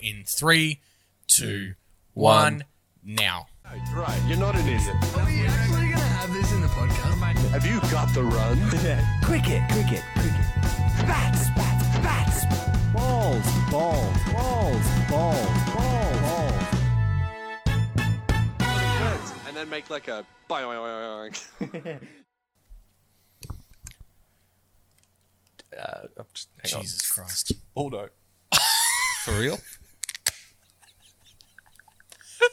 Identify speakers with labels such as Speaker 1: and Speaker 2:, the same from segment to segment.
Speaker 1: in three, two, Mm. one, now.
Speaker 2: Right, you're not an idiot.
Speaker 3: Are we actually going to have this in the podcast?
Speaker 2: Have you got the run?
Speaker 4: Cricket, cricket, cricket. Bats, bats, bats. Balls, balls, balls, balls, balls, balls.
Speaker 2: and then make like a boing.
Speaker 5: I'm just, hang
Speaker 1: Jesus Christ.
Speaker 5: on. Aldo. For real?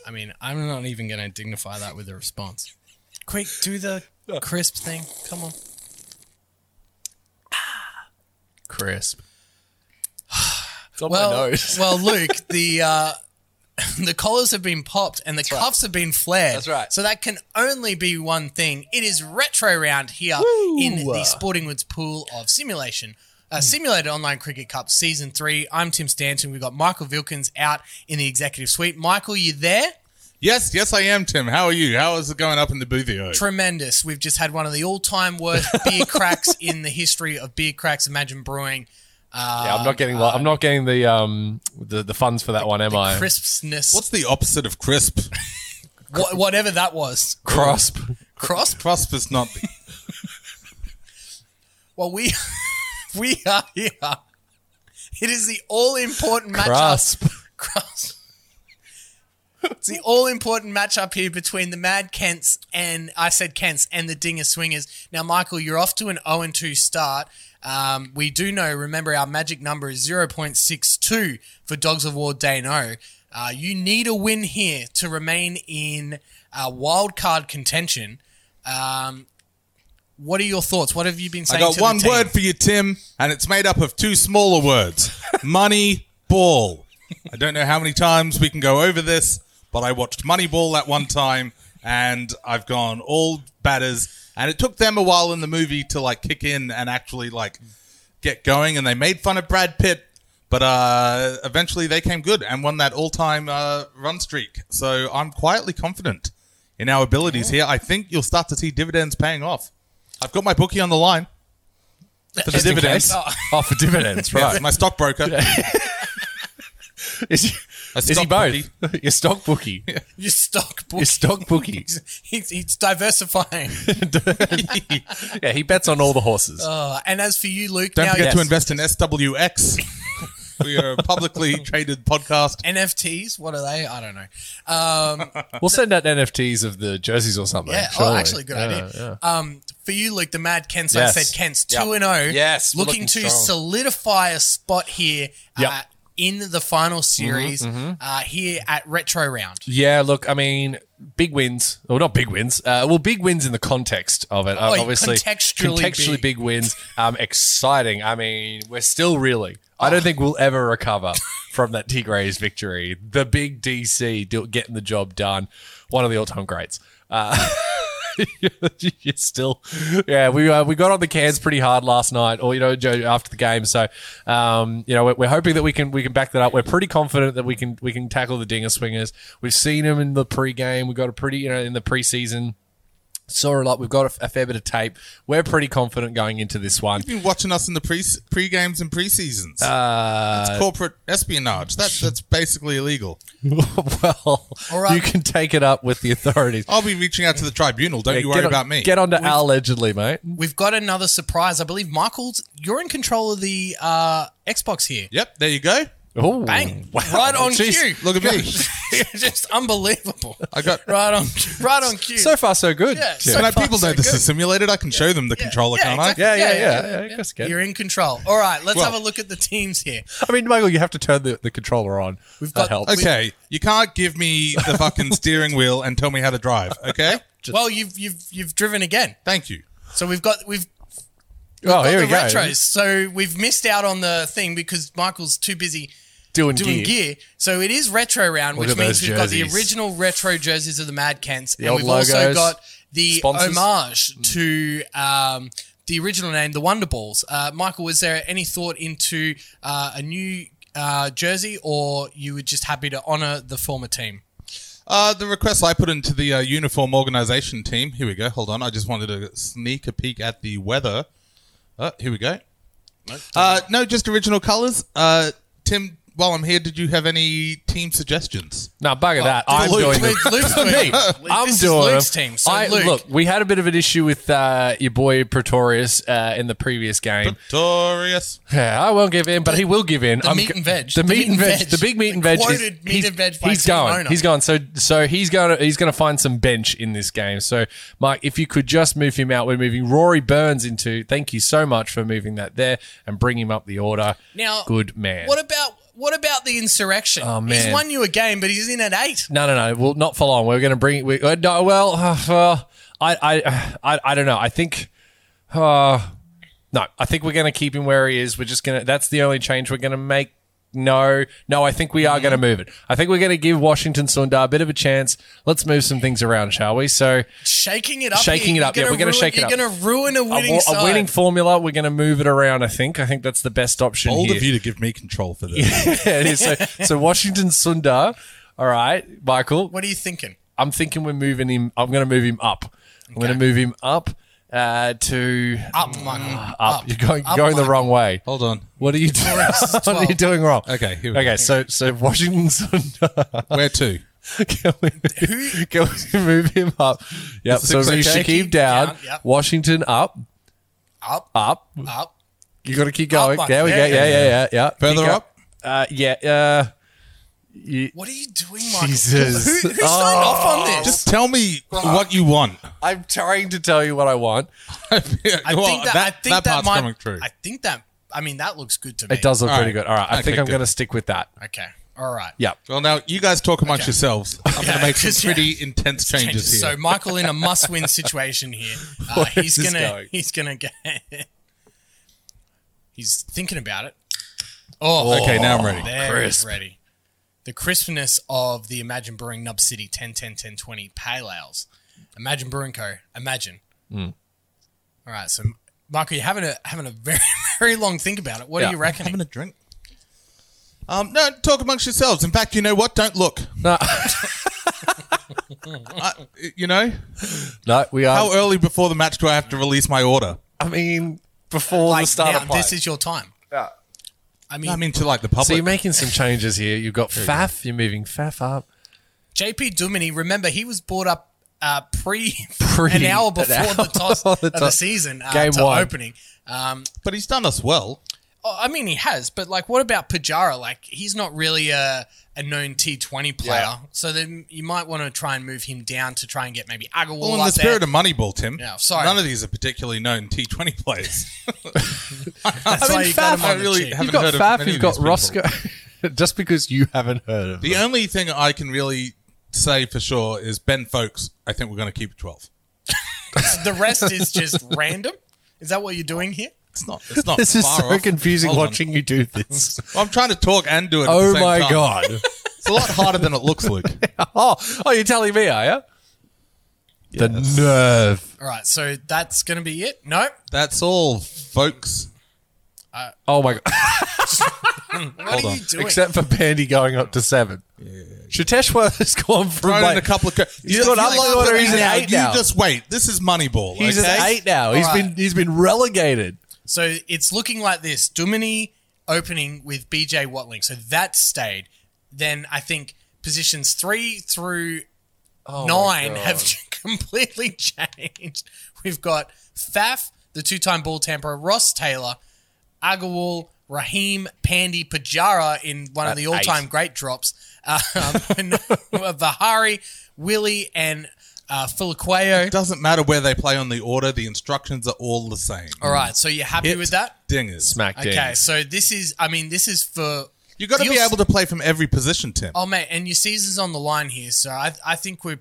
Speaker 1: I mean, I'm not even going to dignify that with a response. Quick, do the crisp thing. Come on. Crisp.
Speaker 5: It's on my
Speaker 1: Well,
Speaker 5: nose.
Speaker 1: well, Luke, the uh, the collars have been popped and the cuffs have been flared.
Speaker 5: That's right.
Speaker 1: So that can only be one thing. It is retro round here in the Sporting Woods pool of simulation.
Speaker 5: Hmm.
Speaker 1: Uh, simulated Online Cricket Cup Season 3. I'm Tim Stanton. We've got Michael Vilkins out in the executive suite. Michael, you there?
Speaker 6: Yes, yes, I am, Tim. How are you? How is it going up in the boothio?
Speaker 1: tremendous. We've just had one of the all-time worst beer cracks in the history of beer cracks. Imagine Brewing.
Speaker 5: yeah, I'm not getting. li I'm not getting the um the, the funds for that one, am I?
Speaker 1: Crispness,
Speaker 6: What's the opposite of crisp?
Speaker 1: wha- whatever that was.
Speaker 5: Crosp.
Speaker 1: Crosp.
Speaker 6: Crisp is not. The-
Speaker 1: Well, we we are here. It is the all-important matchup.
Speaker 5: Crosp.
Speaker 1: Crosp. It's the all-important matchup here between the Mad Kents and I said Kents and the Dinger Swingers. Now, Michael, you're off to an 0-2 start. Um, we do know. Remember, our magic number is 0.62 for Dogs of War Dano. Uh, you need a win here to remain in uh, wild card contention. Um, what are your thoughts? What have you been
Speaker 6: I
Speaker 1: saying?
Speaker 6: got
Speaker 1: to
Speaker 6: one
Speaker 1: the team?
Speaker 6: word for you, Tim, and it's made up of two smaller words: money ball. I don't know how many times we can go over this, but I watched Moneyball that one time, and I've gone all batters, and it took them a while in the movie to like kick in and actually like get going, and they made fun of Brad Pitt, but uh, eventually they came good and won that all-time uh, run streak. So I'm quietly confident in our abilities here. I think you'll start to see dividends paying off. I've got my bookie on the line for the
Speaker 5: Just in
Speaker 6: dividends.
Speaker 5: case. Oh, for dividends,
Speaker 6: Yes,
Speaker 5: right?
Speaker 6: my stockbroker.
Speaker 5: Is,
Speaker 6: A
Speaker 5: is he
Speaker 6: stock
Speaker 5: both? Your stock bookie.
Speaker 1: Your stock book.
Speaker 5: Your stock bookie.
Speaker 1: He's, he's diversifying.
Speaker 5: yeah, he bets on all the horses.
Speaker 1: Uh, and as for you, Luke,
Speaker 6: Don't
Speaker 1: now
Speaker 6: forget
Speaker 1: you're-
Speaker 6: to invest in SWX. we are a publicly traded podcast.
Speaker 1: NFTs. What are they? I don't know. Um,
Speaker 5: we'll send out NFTs of the jerseys or something.
Speaker 1: yeah, oh,
Speaker 5: surely. Uh,
Speaker 1: actually, good
Speaker 5: Yeah, yeah.
Speaker 1: idea. Um, for you, Luke, the Mad Kents.
Speaker 5: Yes.
Speaker 1: I said Kents two
Speaker 5: Yep.
Speaker 1: and zero.
Speaker 5: Yes, we're
Speaker 1: looking,
Speaker 5: looking
Speaker 1: to
Speaker 5: strong.
Speaker 1: solidify a spot here. Uh,
Speaker 5: Yep. Mm-hmm,
Speaker 1: in the final series Uh, here at Retro Round.
Speaker 5: Yeah, look, I mean, big wins. Well, not big wins. Uh, well, big wins in the context of it. Uh,
Speaker 1: Oh,
Speaker 5: obviously,
Speaker 1: contextually
Speaker 5: contextually big. wins. Um, exciting. I mean, we're still reeling. I don't think we'll ever recover from that Tigres victory. The big DC do, getting the job done. One of the all-time greats. Uh, you're still, yeah. We uh, we got on the cans pretty hard last night, or you know, Joe after the game. So, um, you know, we're, we're hoping that we can we can back that up. We're pretty confident that we can we can tackle the dinger swingers. We've seen them in the pre-game. We got a pretty you know in the preseason. Saw a lot. We've got a, a fair bit of tape. We're pretty confident going into this one.
Speaker 6: You've been watching us in the pre pre games and pre seasons. Uh, that's corporate espionage. That, that's basically illegal.
Speaker 5: well,
Speaker 1: All right.
Speaker 5: you can take it up with the authorities.
Speaker 6: I'll be reaching out to the tribunal. Don't
Speaker 5: Yeah,
Speaker 6: you
Speaker 5: get
Speaker 6: worry
Speaker 5: on-
Speaker 6: about me.
Speaker 5: Get on to our allegedly, mate.
Speaker 1: We've got another surprise. I believe Michael's. You're in control of the uh, Xbox here.
Speaker 6: yep, there you go.
Speaker 5: Ooh,
Speaker 1: Bang! Right on
Speaker 5: Jeez.
Speaker 1: cue.
Speaker 6: Look at me.
Speaker 1: Just unbelievable.
Speaker 6: I got.
Speaker 1: Right on. Right on cue.
Speaker 5: So far, so good.
Speaker 1: Yeah,
Speaker 5: Tim.
Speaker 1: so
Speaker 6: Now,
Speaker 1: far
Speaker 6: people know
Speaker 1: so
Speaker 6: this
Speaker 1: good.
Speaker 6: is simulated. I can show them the controller,
Speaker 1: yeah,
Speaker 6: can't
Speaker 1: exactly.
Speaker 5: yeah, yeah,
Speaker 1: Yeah,
Speaker 5: yeah.
Speaker 1: yeah,
Speaker 5: yeah, I guess good.
Speaker 1: You're in control. All right, let's
Speaker 6: Well-
Speaker 1: have a look at the teams here.
Speaker 5: I mean, Michael, you have to turn the, the controller on. We've
Speaker 1: got-
Speaker 5: that helps.
Speaker 6: I? Okay, you can't give me the fucking steering wheel and tell me how to drive. Okay,
Speaker 1: well, you've you've you've driven again.
Speaker 6: thank you.
Speaker 1: So we've got we've
Speaker 5: oh,
Speaker 1: got
Speaker 5: here
Speaker 1: the
Speaker 5: we go.
Speaker 1: retros. So we've missed out on the thing because Michael's too busy
Speaker 5: Doing,
Speaker 1: doing
Speaker 5: gear.
Speaker 1: gear. So it is retro round,
Speaker 5: Look
Speaker 1: which
Speaker 5: at
Speaker 1: means
Speaker 5: those
Speaker 1: we've got
Speaker 5: jerseys.
Speaker 1: the original retro jerseys of the Mad Cants, and
Speaker 5: old
Speaker 1: we've also
Speaker 5: logos,
Speaker 1: got the
Speaker 5: sponsors. Mm.
Speaker 1: homage to um, the original name, the Wonder Balls. Uh, Michael, was there any thought into uh, a new uh, jersey, or you were just happy to honour the former team?
Speaker 6: Uh, the request I put into the uh, uniform organization team. Here we go. Hold on. I just wanted to sneak a peek at the weather. Uh, here we go. Uh, no, just original colors. Uh, Tim while I'm here, did you have any team suggestions?
Speaker 5: No, bugger that. Uh, I'm
Speaker 1: Oh, Luke,
Speaker 5: doing
Speaker 1: Luke,
Speaker 5: it.
Speaker 1: Luke's doing
Speaker 5: Me.
Speaker 1: it. Luke,
Speaker 5: I'm
Speaker 1: this
Speaker 5: doing
Speaker 1: is
Speaker 5: it.
Speaker 1: Luke's team. So
Speaker 5: I,
Speaker 1: Luke,
Speaker 5: Look, we had a bit of an issue with uh, your boy Pretorius uh, in the previous game.
Speaker 6: Victorious.
Speaker 5: Yeah, I won't give in, but he will give in.
Speaker 1: the meat and veg.
Speaker 5: The, meat and veg. The big meat and veg. Is,
Speaker 1: quoted meat
Speaker 5: he's-
Speaker 1: and veg by
Speaker 5: he's
Speaker 1: team
Speaker 5: going.
Speaker 1: owner.
Speaker 5: He's going. So so he's going. To, he's going to find some bench in this game. So Mike, if you could just move him out, we're moving Rory Burns into. Thank you so much for moving that there and bring him up the order.
Speaker 1: now,
Speaker 5: good man.
Speaker 1: What about what about the insurrection?
Speaker 5: Oh,
Speaker 1: He's
Speaker 5: man.
Speaker 1: won you a game, but he's in at eight.
Speaker 5: No, no, no. Well, not for long. We're going to bring. We, uh, no, well, uh, well, I, I, I, I don't know. I think. Uh, no, I think we're going to keep him where he is. We're just going to. That's the only change we're going to make. No, no. I think we are
Speaker 6: Mm-hmm.
Speaker 5: going to move it. I think we're going to give Washington Sundar a bit of a chance. Let's move some things around, shall we? So
Speaker 1: Shaking it up.
Speaker 5: Shaking
Speaker 1: here.
Speaker 5: it up. Yeah,
Speaker 1: You're
Speaker 5: we're gonna
Speaker 1: ruin-
Speaker 5: shake it up.
Speaker 1: You're going to ruin a
Speaker 5: a,
Speaker 1: winning
Speaker 5: wa-
Speaker 1: side.
Speaker 5: a winning formula. We're going to move it around. I think. I think that's the best option.
Speaker 6: Bold
Speaker 5: here.
Speaker 6: of you to give me control for this.
Speaker 5: Yeah, it is. So, so Washington Sundar. All right, Michael.
Speaker 1: what are you thinking?
Speaker 5: I'm thinking we're moving him. I'm going to move him up. I'm going to move him up uh, to
Speaker 1: Up, Michael.
Speaker 5: up. You're going, you're going the wrong way.
Speaker 6: Hold on.
Speaker 5: What are you doing? what are you doing wrong?
Speaker 6: Okay, here we
Speaker 5: okay.
Speaker 6: go.
Speaker 5: So, so Washington Sundar.
Speaker 6: Where to?
Speaker 5: can, we, can we move him up? Yep. So
Speaker 6: Six,
Speaker 5: move
Speaker 6: okay.
Speaker 5: Shaquib down.
Speaker 1: Down, yep.
Speaker 5: Washington up.
Speaker 1: Up,
Speaker 5: Up.
Speaker 1: up.
Speaker 5: You got to keep going.
Speaker 1: Up,
Speaker 5: there we
Speaker 1: yeah,
Speaker 5: go.
Speaker 1: yeah,
Speaker 5: Yeah, yeah, yeah, yeah.
Speaker 6: Further
Speaker 5: Keep go-
Speaker 6: up?
Speaker 5: Uh, yeah. Uh, you,
Speaker 1: What are you doing, Michael?
Speaker 5: Jesus. Oh.
Speaker 1: Who, who signed off on this?
Speaker 6: Just tell me what you want.
Speaker 5: I'm trying to tell you what I want.
Speaker 1: I think that, I think that,
Speaker 6: part's
Speaker 1: might,
Speaker 6: coming true.
Speaker 1: I think that. I mean, that looks good to me.
Speaker 5: It does look
Speaker 6: All
Speaker 5: pretty
Speaker 6: right.
Speaker 5: good. All right. I
Speaker 6: Okay,
Speaker 5: think I'm
Speaker 6: good.
Speaker 5: going to stick with that.
Speaker 1: Okay. All right.
Speaker 5: Yeah.
Speaker 6: well, now you guys talk amongst yourselves. I'm going
Speaker 1: Yeah,
Speaker 6: to make some
Speaker 1: 'cause, yeah.
Speaker 6: pretty intense changes here.
Speaker 1: So Michael in a must-win situation here. Uh,
Speaker 5: Where
Speaker 1: he's
Speaker 5: is this
Speaker 1: gonna.
Speaker 5: going?
Speaker 1: He's gonna get. he's thinking about it. Oh,
Speaker 6: Okay, now I'm ready.
Speaker 1: There he's ready. The crispness of the Imagine Brewing Nub City 10 10 10 20 Pale Ales. Imagine Brewing Co. Imagine.
Speaker 6: Hmm.
Speaker 1: All right, so Michael, you're having a having a very very long think about it. What
Speaker 5: Yeah.
Speaker 1: do you reckon?
Speaker 6: having a drink. Um, no, talk amongst yourselves. In fact, you know what? Don't look.
Speaker 5: No.
Speaker 6: I, you know,
Speaker 5: No, we are.
Speaker 6: how early before the match do I have to release my order?
Speaker 5: I mean, before the start
Speaker 1: now,
Speaker 5: of play.
Speaker 1: this is your time. Yeah. I mean,
Speaker 6: I mean, to like the public.
Speaker 5: so you're making some changes here. You've got Faf. You're moving Faf up.
Speaker 1: JP Duminy, remember he was brought up uh, pre,
Speaker 5: Pre-
Speaker 1: an hour
Speaker 5: an
Speaker 1: before the
Speaker 5: hour
Speaker 1: toss
Speaker 5: before the
Speaker 1: of the
Speaker 5: toss.
Speaker 1: season uh,
Speaker 5: Game
Speaker 1: to
Speaker 5: one.
Speaker 1: opening. Um,
Speaker 6: but he's done us well.
Speaker 1: oh, I mean, he has, but like, what about Pajara? Like, he's not really a, a known T20 player, so then you might want to try and move him down to try and get maybe Agarwal
Speaker 6: Well, in
Speaker 1: up
Speaker 6: the spirit
Speaker 1: there.
Speaker 6: of Moneyball, Tim.
Speaker 1: Yeah, sorry.
Speaker 6: None of these are particularly known T20 players.
Speaker 1: That's why you got him
Speaker 6: I
Speaker 1: on the
Speaker 6: really
Speaker 1: cheap.
Speaker 6: haven't
Speaker 5: You've got
Speaker 6: heard of
Speaker 5: Faf.
Speaker 6: many
Speaker 5: You've
Speaker 6: of
Speaker 5: got
Speaker 6: these people.
Speaker 5: Roscoe. Just because you haven't heard of
Speaker 6: The only thing I can really say for sure is Ben Folks. I think we're going to keep it 12.
Speaker 1: the rest is just random. Is that what you're doing here?
Speaker 6: It's not. It's not.
Speaker 5: This is
Speaker 6: far
Speaker 5: so
Speaker 6: off.
Speaker 5: confusing
Speaker 6: Hold on.
Speaker 5: watching you do this.
Speaker 6: Well, I'm trying to talk and do it. At the
Speaker 5: oh
Speaker 6: same
Speaker 5: my
Speaker 6: time.
Speaker 5: god.
Speaker 6: It's a lot harder than it looks, Luke.
Speaker 5: oh, oh, you're telling me, are you? The nerve.
Speaker 1: All right, so that's going to be it. No,
Speaker 6: That's all, folks.
Speaker 5: Oh my god.
Speaker 1: what are you doing?
Speaker 5: Except for Pandy going up to seven. Shateshwa has gone from
Speaker 6: Thrown in
Speaker 5: like,
Speaker 6: a couple of. Co-
Speaker 5: he's got up like order, he's an
Speaker 6: now,
Speaker 5: eight
Speaker 6: you
Speaker 5: now.
Speaker 6: just wait. This is Moneyball.
Speaker 5: He's
Speaker 6: okay?
Speaker 5: at eight now. He's
Speaker 1: Alright.
Speaker 5: been he's been relegated.
Speaker 1: So it's looking like this: Dumini opening with BJ Watling. So that stayed. Then I think positions three through
Speaker 5: Oh
Speaker 1: nine
Speaker 6: Oh,
Speaker 1: have completely changed. We've got Faf, the two-time ball tamperer, Ross Taylor, Agarwal, Raheem, Pandy, Pajara in one of the all-time great drops, um, uh, Vahari, Willie, and uh, Filiqueo.
Speaker 6: It doesn't matter where they play on the order. The instructions are all the same.
Speaker 1: All right, so you're happy with that?
Speaker 6: Dingers.
Speaker 5: Smack
Speaker 1: Okay,
Speaker 5: dings.
Speaker 1: so this is, I mean, this is for.
Speaker 6: You got to be
Speaker 1: You'll-
Speaker 6: able to play from every position, Tim.
Speaker 1: Oh, mate, and your season's on the line here, so I, I think we're.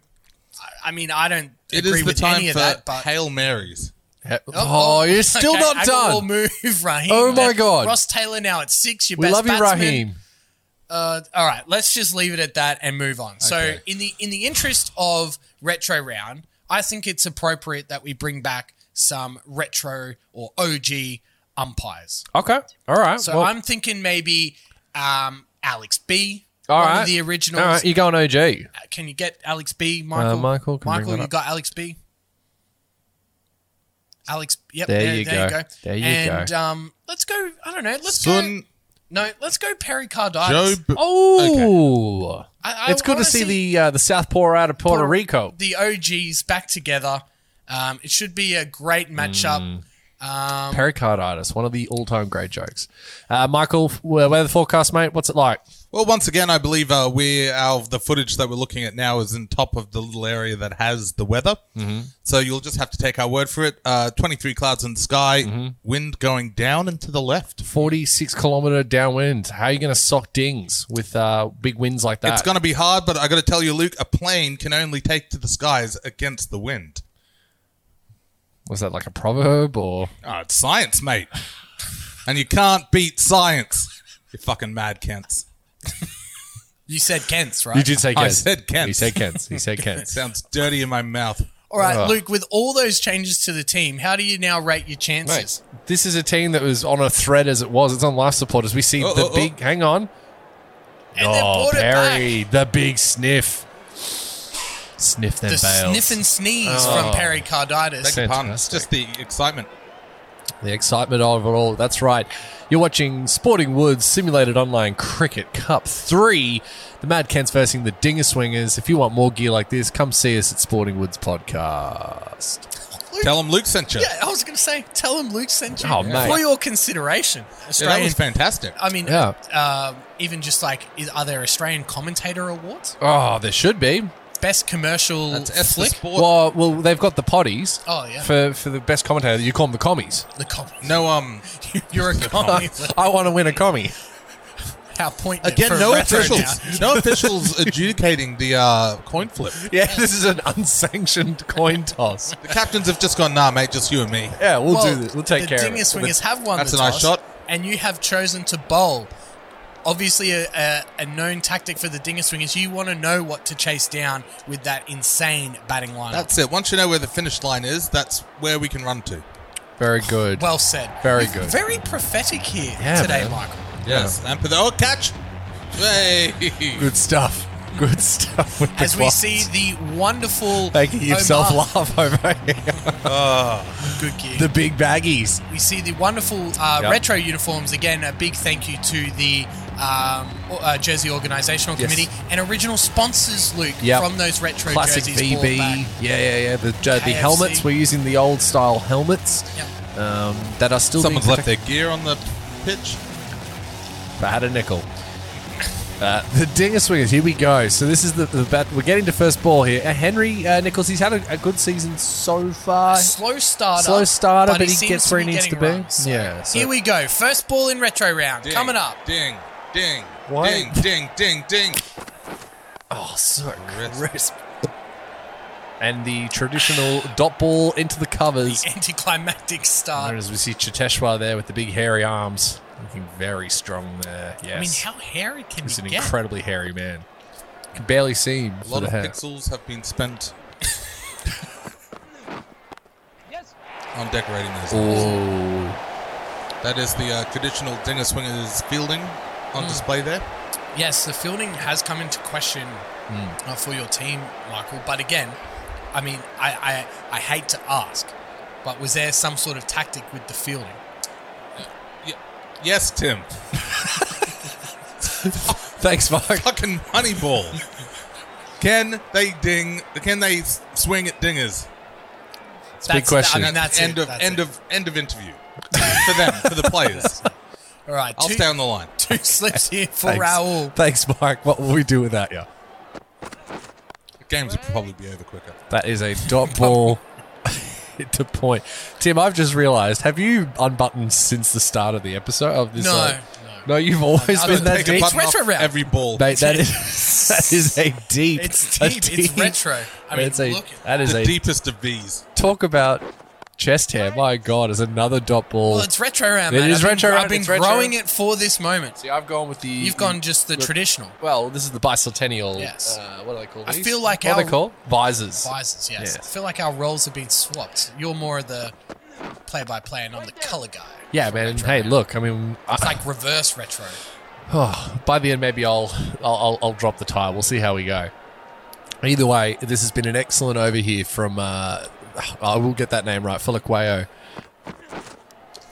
Speaker 1: I- I mean, I don't
Speaker 6: it
Speaker 1: agree
Speaker 6: is the
Speaker 1: with
Speaker 6: time
Speaker 1: any
Speaker 6: for
Speaker 1: of that, but.
Speaker 6: hail marys.
Speaker 5: Oh, you're still
Speaker 1: okay,
Speaker 5: not
Speaker 1: I
Speaker 5: done.
Speaker 1: will move Raheem.
Speaker 5: Oh, my
Speaker 1: there.
Speaker 5: God.
Speaker 1: Ross Taylor now at six. Your
Speaker 5: We
Speaker 1: best
Speaker 5: love you,
Speaker 1: batsman.
Speaker 5: Raheem.
Speaker 1: Uh, all right, let's just leave it at that and move on. So,
Speaker 6: Okay.
Speaker 1: in the in the interest of retro round, I think it's appropriate that we bring back some retro or OG umpires.
Speaker 5: Okay. All right.
Speaker 1: So I'm thinking maybe um, Alex B.
Speaker 5: all
Speaker 1: one
Speaker 5: right.
Speaker 1: of the originals.
Speaker 5: All right, you're going OG.
Speaker 1: Can you get Alex B, Michael?
Speaker 5: Uh, Michael can
Speaker 1: Michael,
Speaker 5: bring that
Speaker 1: you
Speaker 5: up.
Speaker 1: got Alex B. Alex, yep.
Speaker 5: There
Speaker 1: There,
Speaker 5: you
Speaker 1: there
Speaker 5: go.
Speaker 1: you go.
Speaker 5: There you
Speaker 1: and,
Speaker 5: go.
Speaker 1: um, let's go. I don't know. Let's
Speaker 6: Sun
Speaker 1: No, let's go Perry Carditis.
Speaker 6: Joe. B-
Speaker 5: Oh,
Speaker 1: I- I
Speaker 5: it's good to
Speaker 1: wanna
Speaker 5: see,
Speaker 1: see-
Speaker 5: the uh, the South Pore out of Puerto Rico.
Speaker 1: The OGs back together. Um, it should be a great
Speaker 5: Mm.
Speaker 1: matchup. Um,
Speaker 5: Pericarditis, one of the all time great jokes. Uh, Michael, f- well, weather forecast, mate. What's it like?
Speaker 6: Well, once again, I believe uh, we our the footage that we're looking at now is in top of the little area that has the weather. Mm-hmm. So you'll just have to take our word for it. Uh, Twenty three clouds in the sky, wind going down and to the left.
Speaker 5: Forty six kilometer downwind. How are you going to sock dings with uh, big winds like that?
Speaker 6: It's going to be hard, but I got to tell you, Luke, a plane can only take to the skies against the wind.
Speaker 5: Was that like a proverb or?
Speaker 6: Oh, it's science, mate. and you can't beat science. You fucking mad, Kents.
Speaker 1: You said Kent's, right?
Speaker 5: You did say Kent.
Speaker 6: I said Kent.
Speaker 5: He said Kent. He said Kent.
Speaker 6: Sounds dirty in my mouth.
Speaker 1: All right, Luke, with all those changes to the team, how do you now rate your chances?
Speaker 5: This is a team that was on a thread as it was. It's on life support as we see
Speaker 6: Oh,
Speaker 5: the
Speaker 6: oh, oh.
Speaker 5: big. Hang on. Oh,
Speaker 1: And they brought it
Speaker 5: Perry, the big sniff. Sniff them
Speaker 1: The
Speaker 5: bales.
Speaker 1: sniff and sneeze
Speaker 5: Oh.
Speaker 1: from Perry Carditis.
Speaker 5: Thank-
Speaker 6: Beg your pardon. It's
Speaker 5: Fantastic.
Speaker 6: just the excitement.
Speaker 5: The excitement of it all. That's right. You're watching Sporting Woods Simulated Online Cricket Cup 3. The Mad Kents versing the Dinger Swingers. If you want more gear like this, come see us at Sporting Woods Podcast.
Speaker 6: Tell them Luke sent you.
Speaker 1: Yeah, I was going to say, tell him Luke sent you
Speaker 5: Oh, mate.
Speaker 1: for your consideration.
Speaker 6: Yeah, that
Speaker 1: Australian.
Speaker 6: was fantastic.
Speaker 1: I mean,
Speaker 5: Yeah.
Speaker 1: uh, even just like, is, are there Australian commentator awards?
Speaker 5: Oh, there should be.
Speaker 1: Best commercial
Speaker 6: That's F for
Speaker 1: flick?
Speaker 6: sport.
Speaker 5: Well, well, they've got the potties.
Speaker 1: Oh, yeah.
Speaker 5: For, for the best commentator, you call them the commies.
Speaker 1: The com-
Speaker 6: No, um,
Speaker 1: You're a commie.
Speaker 5: I want to win a commie.
Speaker 1: Our point
Speaker 6: again,
Speaker 1: for
Speaker 6: no
Speaker 1: retro now.
Speaker 6: officials, no officials adjudicating the uh, coin flip.
Speaker 5: Yeah, this is an unsanctioned coin toss.
Speaker 6: The captains have just gone, nah, mate, just you and me.
Speaker 5: Yeah, we'll
Speaker 1: Well,
Speaker 5: do this. We'll take
Speaker 1: the
Speaker 5: care
Speaker 1: Dinger
Speaker 5: of it.
Speaker 1: Swingers have won
Speaker 6: That's
Speaker 1: the
Speaker 6: a nice
Speaker 1: toss,
Speaker 6: shot.
Speaker 1: and you have chosen to bowl. Obviously, a, a, a known tactic for the Dinger Swingers, you want to know what to chase down with that insane batting lineup.
Speaker 6: That's it. Once you know where the finish line is, that's where we can run to.
Speaker 5: Very good.
Speaker 1: well said.
Speaker 5: Very
Speaker 1: You're
Speaker 5: good.
Speaker 1: Very prophetic here
Speaker 5: Yeah,
Speaker 1: today,
Speaker 5: man.
Speaker 1: Michael.
Speaker 6: Yes, and for the oh catch, hey,
Speaker 5: good stuff. Good stuff. With the
Speaker 1: As we
Speaker 5: clock.
Speaker 1: see the wonderful oh
Speaker 5: making yourself
Speaker 1: Omar-
Speaker 5: laugh over here.
Speaker 1: Good gig.
Speaker 5: the big baggies.
Speaker 1: we see the wonderful uh,
Speaker 5: Yep.
Speaker 1: retro uniforms again. A big thank you to the um, o- uh, Jersey Organisational
Speaker 5: Yes.
Speaker 1: Committee and original sponsors, Luke,
Speaker 5: Yep.
Speaker 1: from those retro
Speaker 5: Classic
Speaker 1: jerseys. brought
Speaker 5: VB.
Speaker 1: back.
Speaker 5: Yeah, yeah, yeah. The, uh, the
Speaker 1: KFC.
Speaker 5: helmets. We're using the old style helmets
Speaker 1: Yep.
Speaker 5: um, that are still.
Speaker 6: someone's
Speaker 5: being
Speaker 6: left their gear on the pitch.
Speaker 5: protected. I had a nickel. Uh, the Dinger Swingers, here we go. So this is the, the bat. We're getting to first ball here. Uh, Henry uh, Nichols, he's had a, a good season so far.
Speaker 1: slow starter.
Speaker 5: Slow starter, but he
Speaker 1: seems
Speaker 5: gets where he
Speaker 1: be
Speaker 5: needs to
Speaker 1: getting
Speaker 5: be.
Speaker 1: runs. So
Speaker 5: Yeah, so-
Speaker 1: Here we go. First ball in retro round
Speaker 6: Ding,
Speaker 1: coming up.
Speaker 6: Ding, ding,
Speaker 5: Why-
Speaker 6: ding, ding, ding, ding.
Speaker 5: Oh, so
Speaker 6: Crisp.
Speaker 5: crisp. And the traditional dot ball into the covers.
Speaker 1: The anticlimactic
Speaker 5: And
Speaker 1: start.
Speaker 5: as we see Chiteshwar there with the big hairy arms, looking very strong there. Yes,
Speaker 1: I mean, how hairy can
Speaker 5: he's an
Speaker 1: he get?
Speaker 5: incredibly hairy man. Can barely see him.
Speaker 6: A
Speaker 5: for
Speaker 6: lot
Speaker 5: the
Speaker 6: of
Speaker 5: hair.
Speaker 6: pixels have been spent on decorating those.
Speaker 5: Oh,
Speaker 6: That is the uh, traditional Dinger Swingers fielding on
Speaker 1: Hmm.
Speaker 6: display there.
Speaker 1: yes, the fielding has come into question
Speaker 5: Hmm.
Speaker 1: uh, for your team, Michael. But again, I mean, I, I I hate to ask, but was there some sort of tactic with the fielding?
Speaker 6: Yes, Tim.
Speaker 5: thanks, Mark.
Speaker 6: Fucking Moneyball. can they ding? Can they s- swing at dingers?
Speaker 1: That's,
Speaker 5: a big question.
Speaker 1: I mean, that's
Speaker 6: end
Speaker 1: it,
Speaker 6: of
Speaker 1: that's
Speaker 6: end
Speaker 1: it.
Speaker 6: of end of interview for them for the players.
Speaker 1: All right,
Speaker 6: I'll
Speaker 1: two,
Speaker 6: stay on the line.
Speaker 1: two slips here for
Speaker 5: Thanks.
Speaker 1: Raul.
Speaker 5: Thanks, Mark. What will we do without you?
Speaker 6: The games will probably be over quicker.
Speaker 5: That is a dot ball to point. Tim, I've just realised. Have you unbuttoned since the start of the episode of this?
Speaker 1: No,
Speaker 5: like-
Speaker 1: no.
Speaker 5: no. You've always
Speaker 1: I've
Speaker 5: been that
Speaker 1: taken
Speaker 5: deep,
Speaker 1: button- retro round.
Speaker 6: every ball.
Speaker 5: mate. That is that is a deep.
Speaker 1: It's
Speaker 5: a
Speaker 1: deep. It's retro. I mean,
Speaker 5: That's a-
Speaker 1: look.
Speaker 5: that is
Speaker 6: the
Speaker 5: a
Speaker 6: deepest of these.
Speaker 5: talk about chest hair. My God, is another dot ball.
Speaker 1: Well, it's retro round.
Speaker 5: It
Speaker 1: mate.
Speaker 5: is
Speaker 1: I've been-
Speaker 5: retro round,
Speaker 1: I've been
Speaker 5: it's retro.
Speaker 1: growing it for this moment.
Speaker 5: See, I've gone with the.
Speaker 1: You've gone just the
Speaker 5: Look.
Speaker 1: traditional
Speaker 5: Well, this is the bicentennial.
Speaker 1: Yes.
Speaker 5: Uh, what do they call
Speaker 1: I
Speaker 5: these?
Speaker 1: feel like
Speaker 5: what are
Speaker 1: our-
Speaker 5: they called? Visors.
Speaker 1: visors. Yes.
Speaker 5: Yeah.
Speaker 1: I feel like our roles have been swapped. You're more of the play-by-play, and I'm the color guy.
Speaker 5: Yeah, man. and Hey, look. I mean, I,
Speaker 1: It's like reverse retro.
Speaker 5: Oh, by the end, maybe I'll, I'll I'll I'll drop the tire. We'll see how we go. Either way, this has been an excellent over here from. Uh, I will get that name right, Felicueo.
Speaker 1: Oh,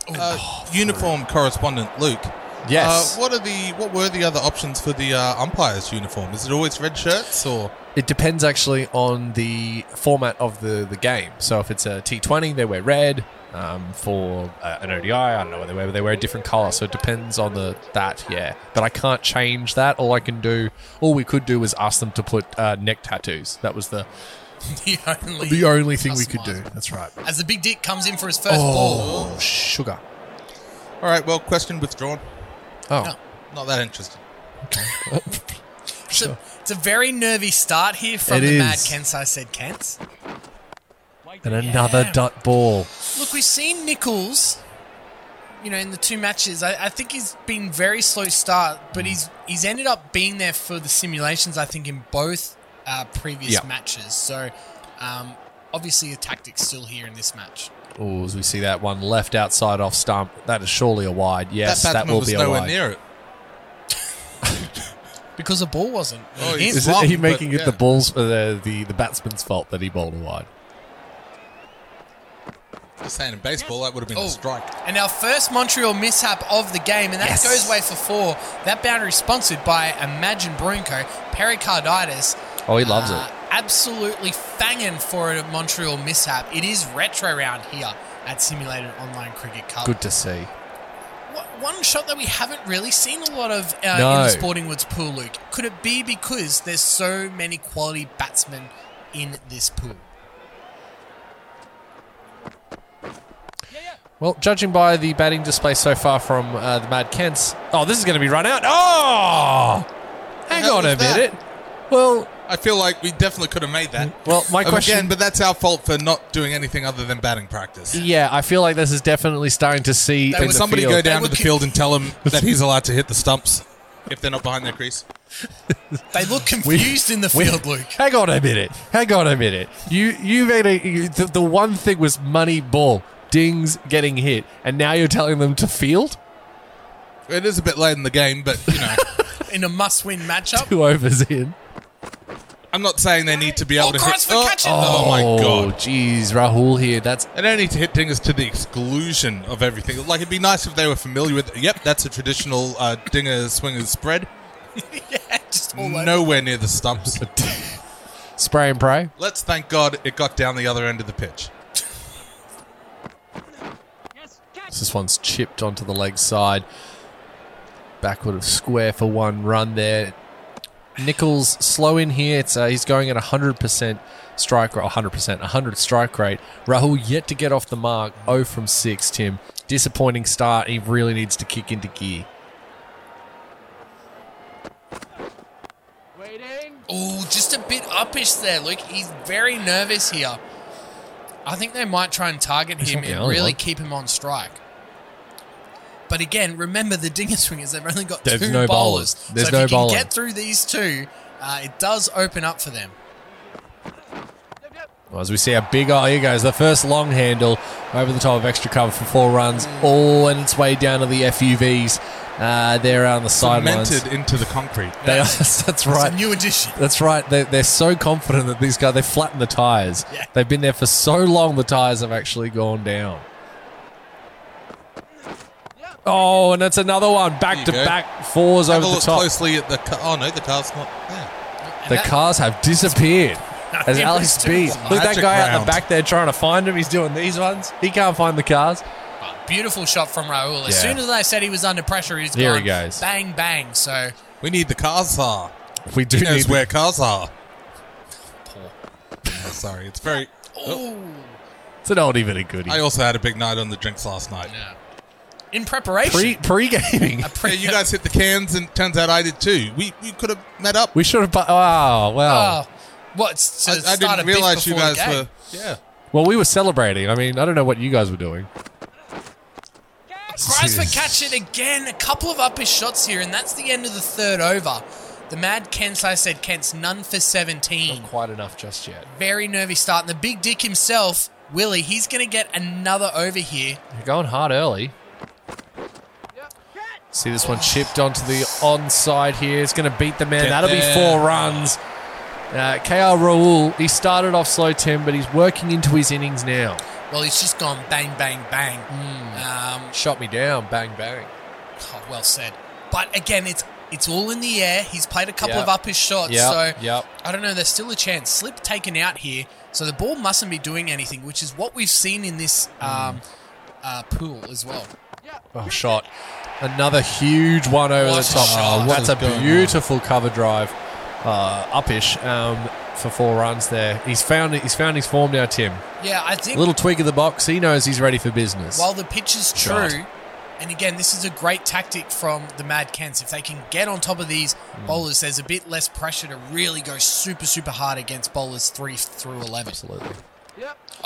Speaker 6: Uh, uniform correspondent Luke
Speaker 5: Yes.
Speaker 6: Uh, what are the what were the other options for the uh, umpires' uniform? Is it always red shirts or
Speaker 5: It depends actually on the format of the, the game. So if it's a T20, they wear red. Um, for uh, an ODI, I don't know what they wear, but they wear a different colour. So it depends on the that, yeah. But I can't change that. All I can do, all we could do was ask them to put uh, neck tattoos. That was the
Speaker 1: The only,
Speaker 5: the only thing we could do.
Speaker 1: customizable.
Speaker 5: That's right.
Speaker 1: As the big dick comes in for his first ball.
Speaker 5: Oh, sugar.
Speaker 6: All right, well, question withdrawn.
Speaker 5: Oh,
Speaker 6: Not that interesting.
Speaker 1: It's, a, it's a very nervy start here from
Speaker 5: It
Speaker 1: the Mad
Speaker 5: is.
Speaker 1: Kents. I said Kents.
Speaker 5: and another dot ball.
Speaker 1: Look, we've seen Nichols, you know, in the two matches. I, I think he's been very slow start, but he's he's ended up being there for the simulations. I think in both uh, previous
Speaker 5: Yeah.
Speaker 1: matches. So, um, obviously, the tactic's still here in this match.
Speaker 5: Oh, as we see that one left outside off stump. That is surely a wide. Yes,
Speaker 6: that
Speaker 5: that,
Speaker 6: batsman
Speaker 5: will
Speaker 6: was
Speaker 5: be a
Speaker 6: nowhere
Speaker 5: wide.
Speaker 6: near it.
Speaker 1: Because the ball wasn't.
Speaker 6: Oh,
Speaker 1: in.
Speaker 5: Is
Speaker 6: It's
Speaker 5: it he
Speaker 6: long,
Speaker 5: making
Speaker 6: but
Speaker 5: it the
Speaker 6: yeah.
Speaker 5: balls uh, the, the the batsman's fault that he bowled a wide?
Speaker 6: Just saying, in baseball, that would have been
Speaker 1: Oh.
Speaker 6: a strike.
Speaker 1: And our first Montreal mishap of the game, and that
Speaker 5: Yes.
Speaker 1: goes away for four. That boundary sponsored by Imagine Brunco, pericarditis.
Speaker 5: Oh, he loves
Speaker 6: Ah.
Speaker 1: Uh, Absolutely fanging for a Montreal mishap. It is retro round here at Simulated Online Cricket Cup.
Speaker 5: it. Good to see.
Speaker 1: Wha- One shot that we haven't really seen a lot of uh, in
Speaker 5: No.
Speaker 1: the Sporting Woods pool, Luke. Could it be because there's so many quality batsmen in this pool?
Speaker 5: Well, judging by the batting display so far from uh, the Mad Kents, oh, this is going to be run out. Oh, hang
Speaker 6: hell
Speaker 5: on a
Speaker 6: was that?
Speaker 5: minute. Well,
Speaker 6: I feel like we definitely could have made that.
Speaker 5: Mm. well, my
Speaker 6: Um,
Speaker 5: question.
Speaker 6: Again, but that's our fault for not doing anything other than batting practice.
Speaker 5: yeah, I feel like this is definitely starting to
Speaker 1: They
Speaker 5: see. in
Speaker 1: were-
Speaker 6: Can
Speaker 5: the
Speaker 6: somebody
Speaker 5: field.
Speaker 6: go down
Speaker 1: They
Speaker 6: to the
Speaker 1: were-
Speaker 6: field and tell him that he's allowed to hit the stumps if they're not behind their crease?
Speaker 1: They look confused in the
Speaker 5: We-
Speaker 1: field, Luke.
Speaker 5: Hang on a minute. Hang on a minute. You you made a you, the, the one thing was money ball dings getting hit, and now you're telling them to field
Speaker 6: It is a bit late in the game, but you know,
Speaker 1: In a must-win matchup.
Speaker 5: two overs in.
Speaker 6: I'm not saying they need to be able
Speaker 1: Oh,
Speaker 6: to
Speaker 1: Christ
Speaker 6: hit.
Speaker 1: for catching
Speaker 6: oh,
Speaker 1: them.
Speaker 6: my god!
Speaker 5: Jeez, Rahul here. That's
Speaker 6: They don't need to hit dingers to the exclusion of everything. Like it'd be nice if they were familiar with. Yep, that's a traditional uh, dinger swingers spread.
Speaker 1: yeah, just all over.
Speaker 6: Nowhere near the stumps.
Speaker 5: spray and pray.
Speaker 6: Let's thank God it got down the other end of the pitch.
Speaker 5: This one's chipped onto the leg side. Backward of square for one run there. Nichols slow in here. It's, uh, he's going at 100% strike rate, 100%, 100 strike rate. Rahul yet to get off the mark. 0 from 6, Tim. Disappointing start. He really needs to kick into gear.
Speaker 1: Oh, just a bit uppish there, Luke. He's very nervous here. I think they might try and target
Speaker 5: He's
Speaker 1: him
Speaker 5: not the
Speaker 1: and
Speaker 5: only
Speaker 1: really
Speaker 5: one.
Speaker 1: keep him on strike. But again, remember the dinger swingers, they've only got
Speaker 5: There's
Speaker 1: two
Speaker 5: no
Speaker 1: bowlers.
Speaker 5: bowlers. There's
Speaker 1: so
Speaker 5: no
Speaker 1: if you
Speaker 5: bowling.
Speaker 1: can get through these two, uh, it does open up for them.
Speaker 5: Well, as we see a big, oh, here goes the first long handle over the top of extra cover for four runs, all in its way down to the FUVs. Uh, they're on the sidelines.
Speaker 6: Cemented into the concrete.
Speaker 5: They are, that's
Speaker 1: It's
Speaker 5: right.
Speaker 1: a new addition.
Speaker 5: That's right. They, they're so confident that these guys, they flatten the tyres.
Speaker 1: Yeah.
Speaker 5: They've been there for so long, the tyres have actually gone down. Oh, and that's another one. Back
Speaker 6: you
Speaker 5: to
Speaker 6: go.
Speaker 5: back fours
Speaker 6: Have
Speaker 5: over
Speaker 6: a
Speaker 5: the
Speaker 6: look
Speaker 5: top.
Speaker 6: closely at the car. Oh no, the car's not there.
Speaker 1: And
Speaker 5: The
Speaker 1: that-
Speaker 5: cars have disappeared. As
Speaker 1: It
Speaker 5: Alex
Speaker 1: was
Speaker 5: B.
Speaker 1: terrible.
Speaker 5: Look at that
Speaker 6: Magic
Speaker 5: guy out the
Speaker 6: round.
Speaker 5: back there trying to find him. He's doing these ones. He can't find the cars.
Speaker 1: Beautiful shot from Raul. As
Speaker 5: Yeah.
Speaker 1: soon as I said he was under pressure, he was
Speaker 5: There he
Speaker 1: gone.
Speaker 5: goes.
Speaker 1: Bang, bang. So
Speaker 6: We need the cars are.
Speaker 5: We do
Speaker 6: Who
Speaker 5: need
Speaker 6: knows
Speaker 5: the-
Speaker 6: where cars are? Oh, sorry, it's very.
Speaker 5: Oh. It's an oldie but a goodie.
Speaker 6: I also had a big night on the drinks last night.
Speaker 1: in preparation.
Speaker 5: Pre pre gaming.
Speaker 6: Yeah, you guys hit the cans, and turns out I did too. We we could have met up.
Speaker 5: We should have. bu- Oh well.
Speaker 1: Oh, what? To
Speaker 6: I, I
Speaker 1: start a
Speaker 6: didn't
Speaker 1: bit
Speaker 6: realize you
Speaker 1: before the
Speaker 6: guys
Speaker 1: game?
Speaker 6: were. Yeah.
Speaker 5: Well, we were celebrating. I mean, I don't know what you guys were doing.
Speaker 1: Chrysler catch it again. A couple of uppish shots here, and that's the end of the third over. The mad Kents, I said Kents, none for 17.
Speaker 5: Not quite enough just yet.
Speaker 1: Very nervy start. And the big dick himself, Willie, he's going to get another over here.
Speaker 5: You're going hard early. See this one chipped onto the onside here. It's going to beat the man.
Speaker 6: Get
Speaker 5: That'll
Speaker 6: there.
Speaker 5: be four runs. Uh, KR Raul, he started off slow, Tim, but he's working into his innings now.
Speaker 1: Well, he's just gone bang, bang, bang. Um,
Speaker 5: Shot me down, bang, bang.
Speaker 1: Oh, well said. But again, it's it's all in the air. He's played a couple
Speaker 5: Yep.
Speaker 1: of up his shots,
Speaker 5: Yep,
Speaker 1: so
Speaker 5: yep.
Speaker 1: I don't know. There's still a chance. Slip taken out here, so the ball mustn't be doing anything, which is what we've seen in this um, uh, pool as well.
Speaker 5: Oh, shot. Another huge one over
Speaker 1: What
Speaker 5: the
Speaker 1: a
Speaker 5: top.
Speaker 1: shot.
Speaker 5: Oh,
Speaker 1: What
Speaker 5: That's
Speaker 6: is
Speaker 5: a
Speaker 6: going
Speaker 5: beautiful cover drive. Uh, upish um, for four runs there. He's found he's found his form now, Tim.
Speaker 1: Yeah, I think
Speaker 5: A little twig of the box. He knows he's ready for business.
Speaker 1: while the pitch is true,
Speaker 5: Shot.
Speaker 1: and again, this is a great tactic from the Mad Cans. If they can get on top of these
Speaker 5: Hmm.
Speaker 1: bowlers, there's a bit less pressure to really go super, super hard against bowlers three through eleven.
Speaker 5: Absolutely.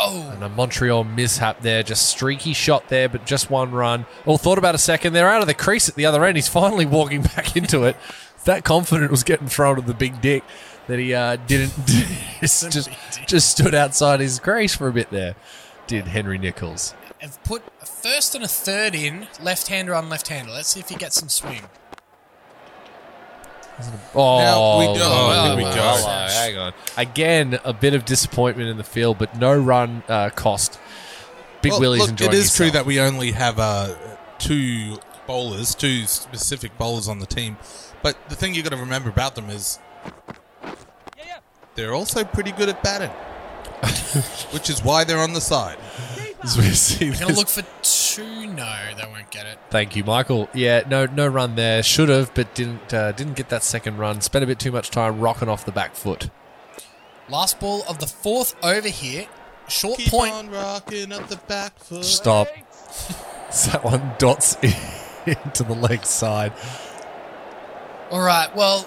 Speaker 1: Oh,
Speaker 5: And a Montreal mishap there. Just streaky shot there, but just one run. All thought about a second. They're out of the crease at the other end. He's finally walking back into it. That confident was getting thrown at the big dick that he uh, didn't. just, just, just stood outside his crease for a bit there. Did Henry Nichols.
Speaker 1: have put a first and a third in, left hander on left hander. Let's see if he gets some swing.
Speaker 5: Oh,
Speaker 6: Now we don't.
Speaker 5: well,
Speaker 1: Here we
Speaker 5: well,
Speaker 1: go.
Speaker 5: well, hang on. Again, a bit of disappointment in the field, but no run uh, cost. Big
Speaker 6: Well,
Speaker 5: Willie's
Speaker 6: look,
Speaker 5: enjoying
Speaker 6: It is
Speaker 5: himself.
Speaker 6: true that we only have uh, two bowlers, two specific bowlers on the team. But the thing you got to remember about them is they're also pretty good at batting, which is why they're on the side.
Speaker 5: As we see
Speaker 1: Gonna
Speaker 5: this
Speaker 1: look for two. No, they won't get it.
Speaker 5: Thank you, Michael. Yeah, no, no run there. Should have, but didn't. Uh, didn't get that second run. Spent a bit too much time rocking off the back foot.
Speaker 1: Last ball of the fourth over here. Short
Speaker 6: Keep
Speaker 1: point.
Speaker 6: on rocking up the back foot.
Speaker 5: Stop. So that one dots into the leg side.
Speaker 1: All right. Well,